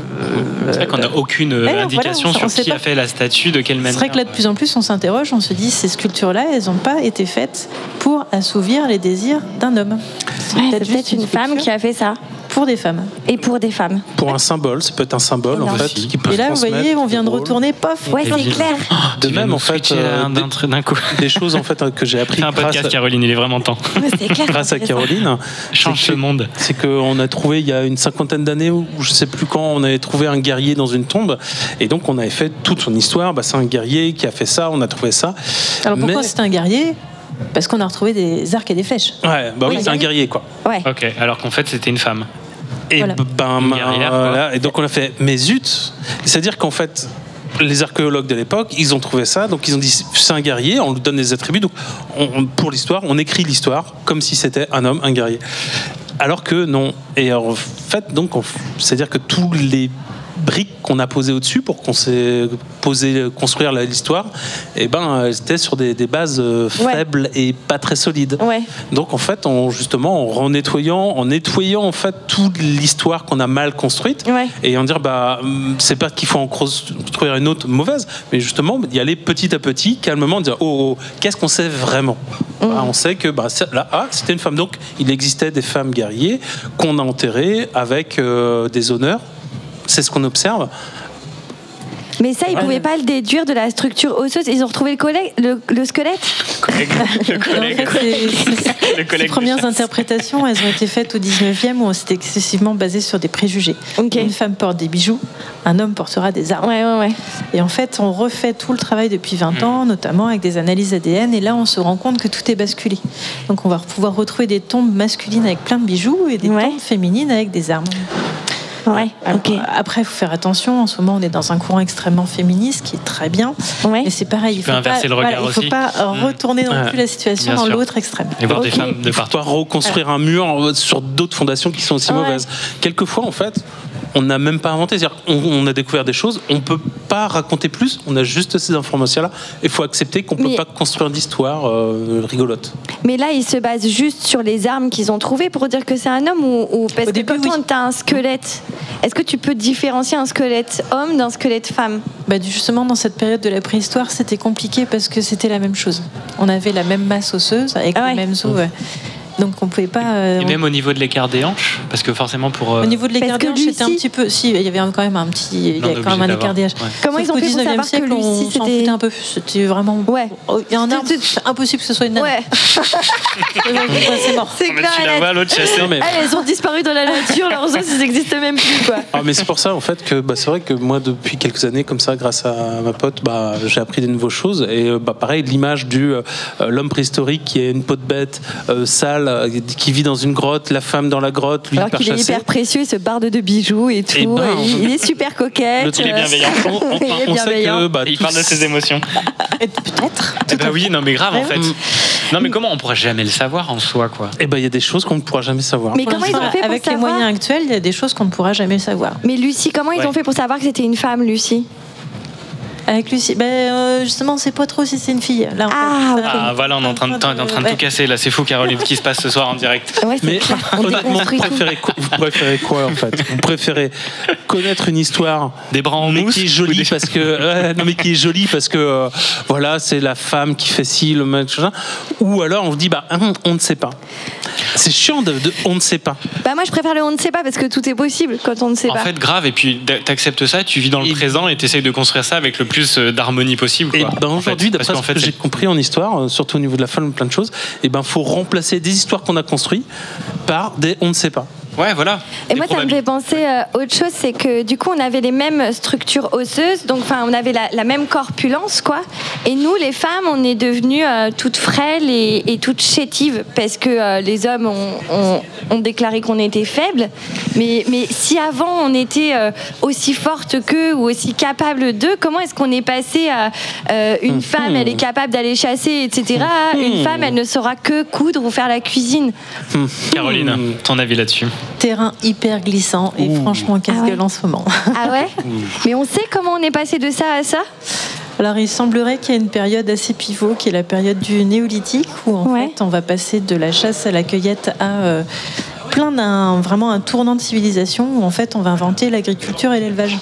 [SPEAKER 2] C'est vrai qu'on n'a aucune euh,
[SPEAKER 5] Eh non,
[SPEAKER 2] indication
[SPEAKER 5] voilà, on
[SPEAKER 2] sur
[SPEAKER 5] sait
[SPEAKER 2] qui
[SPEAKER 5] pas.
[SPEAKER 2] a fait la statue, de quelle
[SPEAKER 5] C'est
[SPEAKER 2] manière.
[SPEAKER 5] vrai que là, de plus en plus, on s'interroge, on se dit, ces sculptures-là, elles n'ont pas été faites pour assouvir les désirs d'un homme. C'est
[SPEAKER 3] Ouais, c'est peut-être
[SPEAKER 5] juste
[SPEAKER 3] une femme qui
[SPEAKER 5] sculpture
[SPEAKER 3] a fait ça.
[SPEAKER 5] pour des femmes.
[SPEAKER 3] Et pour des femmes.
[SPEAKER 4] Pour un symbole, ça peut être un symbole en
[SPEAKER 3] Énorme.
[SPEAKER 4] fait qui
[SPEAKER 2] Bah,
[SPEAKER 4] peut
[SPEAKER 5] Et
[SPEAKER 4] se
[SPEAKER 5] là, vous voyez,
[SPEAKER 4] transmettre.
[SPEAKER 5] on vient de retourner, pof,
[SPEAKER 3] Ouais,
[SPEAKER 2] Et
[SPEAKER 3] c'est
[SPEAKER 2] puis-
[SPEAKER 3] clair.
[SPEAKER 4] De
[SPEAKER 2] Ah, Tu viens
[SPEAKER 4] même,
[SPEAKER 2] nous
[SPEAKER 4] en fait,
[SPEAKER 2] switcher, là,
[SPEAKER 4] euh,
[SPEAKER 2] d'un tr- d'un coup.
[SPEAKER 4] Des choses en fait euh, que j'ai appris
[SPEAKER 2] Fais un podcast,
[SPEAKER 4] grâce,
[SPEAKER 2] Caroline, il est vraiment temps.
[SPEAKER 3] C'est clair.
[SPEAKER 4] grâce à Caroline.
[SPEAKER 2] Change
[SPEAKER 4] C'est
[SPEAKER 2] ce
[SPEAKER 4] que-
[SPEAKER 2] monde.
[SPEAKER 4] c'est qu'on a trouvé il y a une cinquantaine d'années, ou je sais plus quand, on avait trouvé un guerrier dans une tombe, et donc on avait fait toute son histoire. Bah, c'est un guerrier qui a fait ça, on a trouvé ça.
[SPEAKER 5] Alors pourquoi
[SPEAKER 4] Mais-
[SPEAKER 5] c'était un guerrier Parce qu'on a retrouvé des arcs et des flèches.
[SPEAKER 4] Ouais, bah oui,
[SPEAKER 3] Oui,
[SPEAKER 4] c'est un
[SPEAKER 3] oui.
[SPEAKER 4] guerrier quoi.
[SPEAKER 3] Ouais.
[SPEAKER 2] Ok, alors qu'en fait, c'était une femme.
[SPEAKER 4] Et
[SPEAKER 5] Voilà.
[SPEAKER 4] ben,
[SPEAKER 2] Une guerrière, quoi.
[SPEAKER 4] voilà. et donc on a fait, mais zut, c'est-à-dire qu'en fait. Les archéologues de l'époque, ils ont trouvé ça, donc ils ont dit c'est un guerrier, on lui donne des attributs, donc on- on- pour l'histoire, on écrit l'histoire comme si c'était un homme, un guerrier. Alors que non. Et en fait, donc, on- c'est-à-dire que tous les briques qu'on a posées au-dessus pour qu'on s'est posé construire la- l'histoire, eh ben, elles étaient sur des, des bases euh,
[SPEAKER 3] Ouais.
[SPEAKER 4] faibles et pas très solides.
[SPEAKER 3] Ouais.
[SPEAKER 4] Donc en fait, on, justement, en renettoyant, en nettoyant en fait toute l'histoire qu'on a mal construite,
[SPEAKER 3] Ouais.
[SPEAKER 4] et en dire bah hum, c'est pas qu'il faut en construire une autre mauvaise, mais justement y aller petit à petit, calmement, dire oh, oh, qu'est-ce qu'on sait vraiment Bah, On sait que bah ça- là ah, c'était une femme, donc il existait des femmes guerriers qu'on a enterrées avec euh, des honneurs. C'est ce qu'on observe.
[SPEAKER 3] Mais ça, ils pouvaient pas le déduire de la structure osseuse. Ils ont retrouvé le, collègue, le, le squelette.
[SPEAKER 2] Collègue, le collègue.
[SPEAKER 5] Alors, en fait, c'est- c'est-
[SPEAKER 2] Le collègue
[SPEAKER 5] ces
[SPEAKER 2] de
[SPEAKER 5] premières
[SPEAKER 2] chasse.
[SPEAKER 5] interprétations, elles ont été faites au 19e où on s'était excessivement basé sur des préjugés.
[SPEAKER 3] Ok.
[SPEAKER 5] Une femme porte des bijoux, un homme portera des armes.
[SPEAKER 3] Ouais, ouais, ouais.
[SPEAKER 5] Et en fait, on refait tout le travail depuis
[SPEAKER 2] Hmm.
[SPEAKER 5] 20 ans, notamment avec des analyses ADN, et là, on se rend compte que tout est basculé. Donc, on va pouvoir retrouver des tombes masculines avec plein de bijoux et des
[SPEAKER 3] Ouais.
[SPEAKER 5] tombes féminines avec des armes.
[SPEAKER 3] Ouais,
[SPEAKER 5] Alors,
[SPEAKER 3] ok.
[SPEAKER 5] Après, il faut faire attention. En ce moment, on est dans un courant extrêmement féministe qui est très bien.
[SPEAKER 3] Ouais.
[SPEAKER 5] Mais c'est pareil, il
[SPEAKER 2] peux
[SPEAKER 5] faut
[SPEAKER 2] inverser
[SPEAKER 5] pas,
[SPEAKER 2] le regard
[SPEAKER 5] voilà, il faut
[SPEAKER 2] aussi.
[SPEAKER 5] pas
[SPEAKER 2] Mm.
[SPEAKER 5] retourner non
[SPEAKER 4] Ouais.
[SPEAKER 5] plus la situation
[SPEAKER 2] Bien
[SPEAKER 5] dans
[SPEAKER 2] sûr.
[SPEAKER 5] l'autre extrême.
[SPEAKER 2] Et voir des
[SPEAKER 3] Ok.
[SPEAKER 2] femmes de partout.
[SPEAKER 4] pas reconstruire un mur euh, sur d'autres fondations qui sont aussi
[SPEAKER 3] Ah Ouais.
[SPEAKER 4] mauvaises. Quelquefois, en fait, on n'a même pas inventé. C'est-à-dire qu'on on a découvert des choses, on peut pas raconter plus, on a juste ces informations-là. Il faut accepter qu'on
[SPEAKER 3] Mais-
[SPEAKER 4] peut pas construire d'histoire euh, rigolote.
[SPEAKER 3] Mais là, ils se basent juste sur les armes qu'ils ont trouvées pour dire que c'est un homme ou, ou- parce
[SPEAKER 5] Au
[SPEAKER 3] que
[SPEAKER 5] début,
[SPEAKER 3] quand
[SPEAKER 5] oui.
[SPEAKER 3] tu as un squelette, est-ce que tu peux différencier un squelette homme d'un squelette femme
[SPEAKER 5] Bah, justement, dans cette période de la préhistoire, c'était compliqué parce que c'était la même chose. On avait la même masse osseuse avec
[SPEAKER 3] Ah ouais.
[SPEAKER 5] les mêmes os. ouais. Donc on pouvait pas. euh,
[SPEAKER 2] Et même au niveau de l'écart des hanches, parce que forcément pour. euh,
[SPEAKER 5] Au niveau de l'écart
[SPEAKER 3] Parce que
[SPEAKER 5] d'âge, c'était un
[SPEAKER 3] Lucie-
[SPEAKER 5] petit peu. Si, il y avait quand même un petit. Il y
[SPEAKER 2] non, on
[SPEAKER 5] a
[SPEAKER 2] est
[SPEAKER 5] quand même
[SPEAKER 2] obligé
[SPEAKER 5] un
[SPEAKER 2] d'avoir.
[SPEAKER 5] écart d'âge.
[SPEAKER 2] Ouais.
[SPEAKER 3] Comment
[SPEAKER 5] Sauf
[SPEAKER 3] ils ont
[SPEAKER 5] qu'au
[SPEAKER 3] fait pour
[SPEAKER 5] 19e
[SPEAKER 3] savoir que
[SPEAKER 5] siècle, on
[SPEAKER 3] Lucie
[SPEAKER 5] s'en
[SPEAKER 3] c'était
[SPEAKER 5] foutait un peu. C'était vraiment.
[SPEAKER 3] Ouais.
[SPEAKER 5] Oh, Il y a un arbre,
[SPEAKER 3] C'était-
[SPEAKER 5] c'est impossible que ce soit une nana.
[SPEAKER 3] Ouais,
[SPEAKER 5] Ouais, c'est mort.
[SPEAKER 4] Ah,
[SPEAKER 3] c'est
[SPEAKER 2] On met
[SPEAKER 3] clair.
[SPEAKER 2] celui-là,
[SPEAKER 3] Elles,
[SPEAKER 2] voilà, l'autre chassé.
[SPEAKER 4] Non, mais-
[SPEAKER 3] elles, elles ont disparu dans la nature, leurs os ils n'existent même plus quoi.
[SPEAKER 4] Ah, mais c'est pour ça en fait que bah, c'est vrai que moi depuis quelques années comme ça grâce à ma pote bah, j'ai appris des nouvelles choses et euh, bah, pareil l'image du euh, l'homme préhistorique qui est une peau de bête euh, sale euh, qui vit dans une grotte la femme dans la grotte lui
[SPEAKER 3] Alors qu'il est
[SPEAKER 4] chassé.
[SPEAKER 3] hyper précieux, il se barde de bijoux et tout.
[SPEAKER 4] Eh ben,
[SPEAKER 3] et il, il est super coquet.
[SPEAKER 4] Le type
[SPEAKER 2] est bienveillant.
[SPEAKER 4] On, on-
[SPEAKER 3] Il est
[SPEAKER 4] on sait
[SPEAKER 3] bienveillant.
[SPEAKER 4] que bah,
[SPEAKER 2] Il
[SPEAKER 4] tous-
[SPEAKER 2] parle de ses émotions.
[SPEAKER 5] Et Peut-être.
[SPEAKER 2] Eh ben oui, non mais grave en
[SPEAKER 5] Ouais.
[SPEAKER 2] fait. Non mais comment on pourrait jamais le savoir en soi quoi.
[SPEAKER 4] Eh ben, il y a des choses qu'on ne pourra jamais savoir.
[SPEAKER 3] Mais comment ils ont fait pour
[SPEAKER 5] Avec les
[SPEAKER 3] savoir
[SPEAKER 5] moyens actuels, il y a des choses qu'on ne pourra jamais savoir.
[SPEAKER 3] Mais Lucie, comment ils
[SPEAKER 2] Ouais.
[SPEAKER 3] ont fait pour savoir que c'était une femme, Lucie
[SPEAKER 5] Avec Lucie, ben, euh, justement, on ne sait pas trop si c'est une fille. Là, en
[SPEAKER 3] Ah,
[SPEAKER 5] fait.
[SPEAKER 3] ok.
[SPEAKER 2] Ah voilà, on est en train de, on est en train de tout
[SPEAKER 5] Ouais.
[SPEAKER 2] casser là, c'est fou Caroline, ce qui se passe ce soir en direct.
[SPEAKER 3] Ouais, c'est
[SPEAKER 4] Mais
[SPEAKER 3] clair, on
[SPEAKER 4] honnêtement, vous
[SPEAKER 3] déconstruit tout.
[SPEAKER 4] préférez, quoi, vous préférez quoi en fait Vous préférez connaître une histoire
[SPEAKER 2] Des bras en
[SPEAKER 4] mais
[SPEAKER 2] mousse.
[SPEAKER 4] qui est
[SPEAKER 2] ou
[SPEAKER 4] jolie
[SPEAKER 2] des-
[SPEAKER 4] parce que ouais, non mais qui est jolie parce que euh, voilà c'est la femme qui fait ci le mec machin. ou alors on vous dit bah hum, on ne sait pas. C'est chiant de, de- on ne sait pas.
[SPEAKER 3] Bah moi je préfère le on ne sait pas parce que tout est possible quand on ne sait
[SPEAKER 2] En
[SPEAKER 3] pas.
[SPEAKER 2] fait, grave, et puis d'a- t'acceptes ça, tu vis dans le
[SPEAKER 4] Et-
[SPEAKER 2] présent et t'essayes de construire ça avec le plus euh, d'harmonie possible.
[SPEAKER 4] Et
[SPEAKER 2] quoi.
[SPEAKER 4] ben
[SPEAKER 2] en
[SPEAKER 4] aujourd'hui
[SPEAKER 2] fait.
[SPEAKER 4] d'après
[SPEAKER 2] Parce qu'en
[SPEAKER 4] ce que
[SPEAKER 2] fait,
[SPEAKER 4] j'ai compris en histoire, euh, surtout au niveau de la femme plein de choses, et ben faut remplacer des histoires qu'on a construites par des on ne sait pas.
[SPEAKER 2] ouais, voilà.
[SPEAKER 3] Et
[SPEAKER 2] Des
[SPEAKER 3] moi, ça me
[SPEAKER 2] probabilités.
[SPEAKER 3] fait penser à autre chose, c'est que du coup, on avait les mêmes structures osseuses, donc enfin, on avait la, la même corpulence, quoi. Et nous, les femmes, on est devenues euh, toutes frêles et, et toutes chétives parce que euh, les hommes ont, ont- ont déclaré qu'on était faibles. Mais, mais si avant, on était euh, aussi forte qu'eux ou aussi capable d'eux, comment est-ce qu'on est passé à euh, une femme, elle est capable d'aller chasser, etc. à Une femme, elle ne saura que coudre ou faire la cuisine.
[SPEAKER 2] Caroline, ton avis là-dessus
[SPEAKER 5] Terrain hyper glissant et franchement casse-gueule
[SPEAKER 3] Ah ouais.
[SPEAKER 5] en ce moment.
[SPEAKER 3] Ah ouais Mais on sait comment on est passé de ça à ça
[SPEAKER 5] Alors, il semblerait qu'il y ait une période assez pivot, qui est la période du néolithique, où en
[SPEAKER 3] Ouais.
[SPEAKER 5] fait, on va passer de la chasse à la cueillette à euh, plein d'un vraiment un tournant de civilisation, où en fait, on va inventer l'agriculture et l'élevage.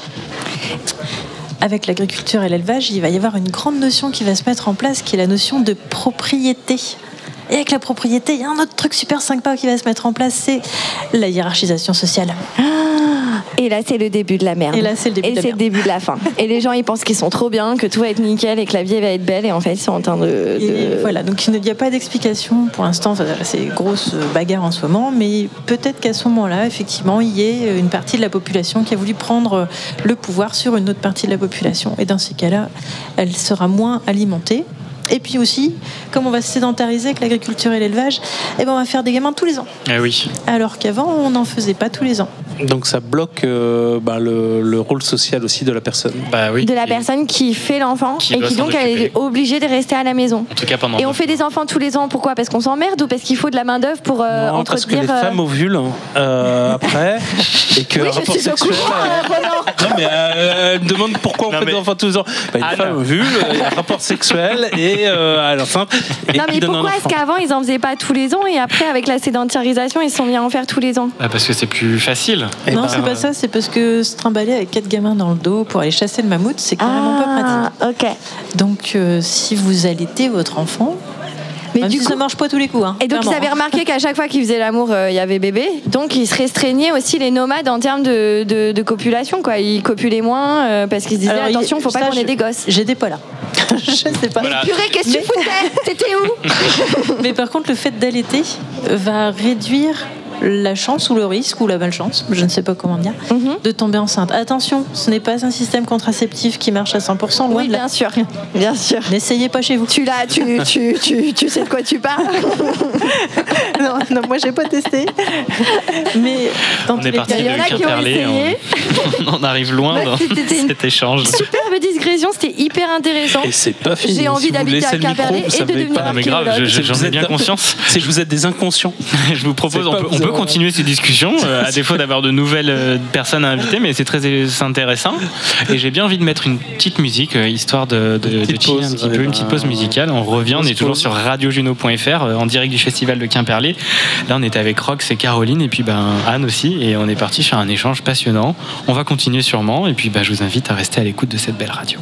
[SPEAKER 5] Avec l'agriculture et l'élevage, il va y avoir une grande notion qui va se mettre en place, qui est la notion de propriété. Et avec la propriété, il y a un autre truc super sympa qui va se mettre en place, c'est la hiérarchisation sociale.
[SPEAKER 3] Et là, c'est le début de la merde.
[SPEAKER 5] Et là, c'est le début
[SPEAKER 3] Et
[SPEAKER 5] de la
[SPEAKER 3] c'est
[SPEAKER 5] merde.
[SPEAKER 3] début de la fin. Et les gens, ils pensent qu'ils sont trop bien, que tout va être nickel et que la vie elle va être belle. Et en fait, ils sont en train de.
[SPEAKER 5] Et
[SPEAKER 3] de-
[SPEAKER 5] voilà, donc il n'y a pas d'explication pour l'instant. Enfin, voilà, c'est une grosse bagarre en ce moment, mais peut-être qu'à ce moment-là, effectivement, il y ait une partie de la population qui a voulu prendre le pouvoir sur une autre partie de la population. Et dans ces cas-là, elle sera moins alimentée. Et puis aussi, comme on va se sédentariser avec l'agriculture et l'élevage, eh ben on va faire des gamins tous les ans.
[SPEAKER 2] Ah oui.
[SPEAKER 5] Alors qu'avant, on n'en faisait pas tous les ans.
[SPEAKER 4] Donc ça bloque euh, bah, le, le rôle social aussi de la personne.
[SPEAKER 2] Bah oui.
[SPEAKER 3] de la
[SPEAKER 2] Et-
[SPEAKER 3] personne qui fait l'enfant
[SPEAKER 2] Qui
[SPEAKER 3] et
[SPEAKER 2] doit
[SPEAKER 3] qui
[SPEAKER 2] s'en
[SPEAKER 3] donc elle est
[SPEAKER 2] occuper.
[SPEAKER 3] obligée de rester à la maison.
[SPEAKER 2] En tout cas, pendant.
[SPEAKER 3] Et on
[SPEAKER 2] deux-
[SPEAKER 3] fait des enfants tous les ans, pourquoi Parce qu'on s'emmerde ou parce qu'il faut de la main-d'œuvre pour euh,
[SPEAKER 4] Non, parce que
[SPEAKER 3] entretenir.
[SPEAKER 4] les
[SPEAKER 3] euh,
[SPEAKER 4] femmes ovulent euh, après et que
[SPEAKER 3] Oui,
[SPEAKER 4] un
[SPEAKER 3] je
[SPEAKER 4] rapport
[SPEAKER 3] suis au
[SPEAKER 4] sexuel,
[SPEAKER 3] courant,
[SPEAKER 4] euh, Non, mais euh, elle me demande pourquoi on
[SPEAKER 2] Non,
[SPEAKER 4] fait
[SPEAKER 2] mais-
[SPEAKER 4] des enfants tous les ans. Bah, une
[SPEAKER 2] Anne.
[SPEAKER 4] femme ovule, il y a un rapport sexuel et euh, elle est enceinte. Et
[SPEAKER 3] Non,
[SPEAKER 4] qui
[SPEAKER 3] mais
[SPEAKER 4] donne un
[SPEAKER 3] pourquoi est-ce
[SPEAKER 4] enfant.
[SPEAKER 3] qu'avant, ils en faisaient pas tous les ans et après, avec la sédentarisation, ils se sont mis à en faire tous les ans
[SPEAKER 2] Ah, parce que c'est plus facile.
[SPEAKER 4] Eh
[SPEAKER 5] non,
[SPEAKER 4] ben,
[SPEAKER 5] c'est pas ça, c'est parce que se trimballer avec quatre gamins dans le dos pour aller chasser le mammouth, c'est carrément pas pratique.
[SPEAKER 3] Ah, ok.
[SPEAKER 5] Donc, euh, si vous allaitez votre enfant,
[SPEAKER 3] Mais
[SPEAKER 5] même
[SPEAKER 3] du
[SPEAKER 5] si
[SPEAKER 3] coup.
[SPEAKER 5] ça marche pas tous les coups. hein,
[SPEAKER 3] Et donc ils
[SPEAKER 5] clairement,
[SPEAKER 3] avaient
[SPEAKER 5] hein.
[SPEAKER 3] remarqué qu'à chaque fois qu'ils faisaient l'amour, euh, il y avait bébé. Donc ils se restreignaient aussi les nomades en termes de, de, de copulation. Quoi. Ils copulaient moins euh, parce qu'ils se disaient
[SPEAKER 5] Alors, il-
[SPEAKER 3] attention, faut pas
[SPEAKER 5] ça,
[SPEAKER 3] qu'on ait
[SPEAKER 5] je- Ah.
[SPEAKER 3] des gosses.
[SPEAKER 5] hein. J'étais pas là. je sais pas.
[SPEAKER 2] Voilà.
[SPEAKER 3] Purée, qu'est-ce que tu foutais T'étais où
[SPEAKER 5] Mais par contre, le fait d'allaiter va réduire la chance ou le risque ou la malchance, je ne sais pas comment dire,
[SPEAKER 3] Mhm.
[SPEAKER 5] de tomber enceinte. Attention, ce n'est pas un système contraceptif qui marche à 100%. loin
[SPEAKER 3] Oui,
[SPEAKER 5] de là.
[SPEAKER 3] bien sûr, bien sûr.
[SPEAKER 5] N'essayez pas chez vous.
[SPEAKER 3] Tu l'as, tu, tu, tu, tu sais de quoi tu parles.
[SPEAKER 5] non, non, moi j'ai pas testé. Mais dans
[SPEAKER 2] On
[SPEAKER 5] tous
[SPEAKER 2] est
[SPEAKER 5] les
[SPEAKER 2] parti
[SPEAKER 5] cas,
[SPEAKER 3] Il y en a
[SPEAKER 2] de
[SPEAKER 3] qui ont
[SPEAKER 2] Quimperlé. hein.
[SPEAKER 3] essayé.
[SPEAKER 2] On, on en arrive loin
[SPEAKER 3] Ouais,
[SPEAKER 2] dans
[SPEAKER 3] c'était une-
[SPEAKER 2] cet échange.
[SPEAKER 3] Superbe digression, c'était hyper intéressant.
[SPEAKER 4] Et c'est pas fini.
[SPEAKER 3] J'ai envie
[SPEAKER 4] Si vous
[SPEAKER 3] d'habiter
[SPEAKER 4] laissez
[SPEAKER 3] à
[SPEAKER 4] le micro,
[SPEAKER 3] Quimperlé
[SPEAKER 4] vous
[SPEAKER 3] et de
[SPEAKER 4] savez
[SPEAKER 3] devenir
[SPEAKER 4] pas.
[SPEAKER 2] Ah, mais grave, je- je- j'en ai bien conscience.
[SPEAKER 4] C'est que vous êtes des inconscients.
[SPEAKER 2] Je vous propose,
[SPEAKER 4] C'est
[SPEAKER 2] on
[SPEAKER 4] pas hein.
[SPEAKER 2] peut, on
[SPEAKER 4] vous
[SPEAKER 2] peut
[SPEAKER 4] avoir-
[SPEAKER 2] continuer ces discussions, euh, à défaut d'avoir de nouvelles euh, personnes à inviter, mais c'est très euh, c'est intéressant. Et j'ai bien envie de mettre une petite musique, euh, histoire de, de,
[SPEAKER 4] Une petite
[SPEAKER 2] de chiller
[SPEAKER 4] pause,
[SPEAKER 2] un petit
[SPEAKER 4] eh
[SPEAKER 2] peu, une
[SPEAKER 4] ben,
[SPEAKER 2] petite pause musicale. On revient, on
[SPEAKER 4] pause
[SPEAKER 2] est toujours
[SPEAKER 4] pause.
[SPEAKER 2] sur radiojuno.fr, euh, en direct du festival de Quimperlé. Là, on était avec Rox et Caroline, et puis ben, Anne aussi, et on est parti faire un échange passionnant. On va continuer sûrement, et puis ben, je vous invite à rester à l'écoute de cette belle radio.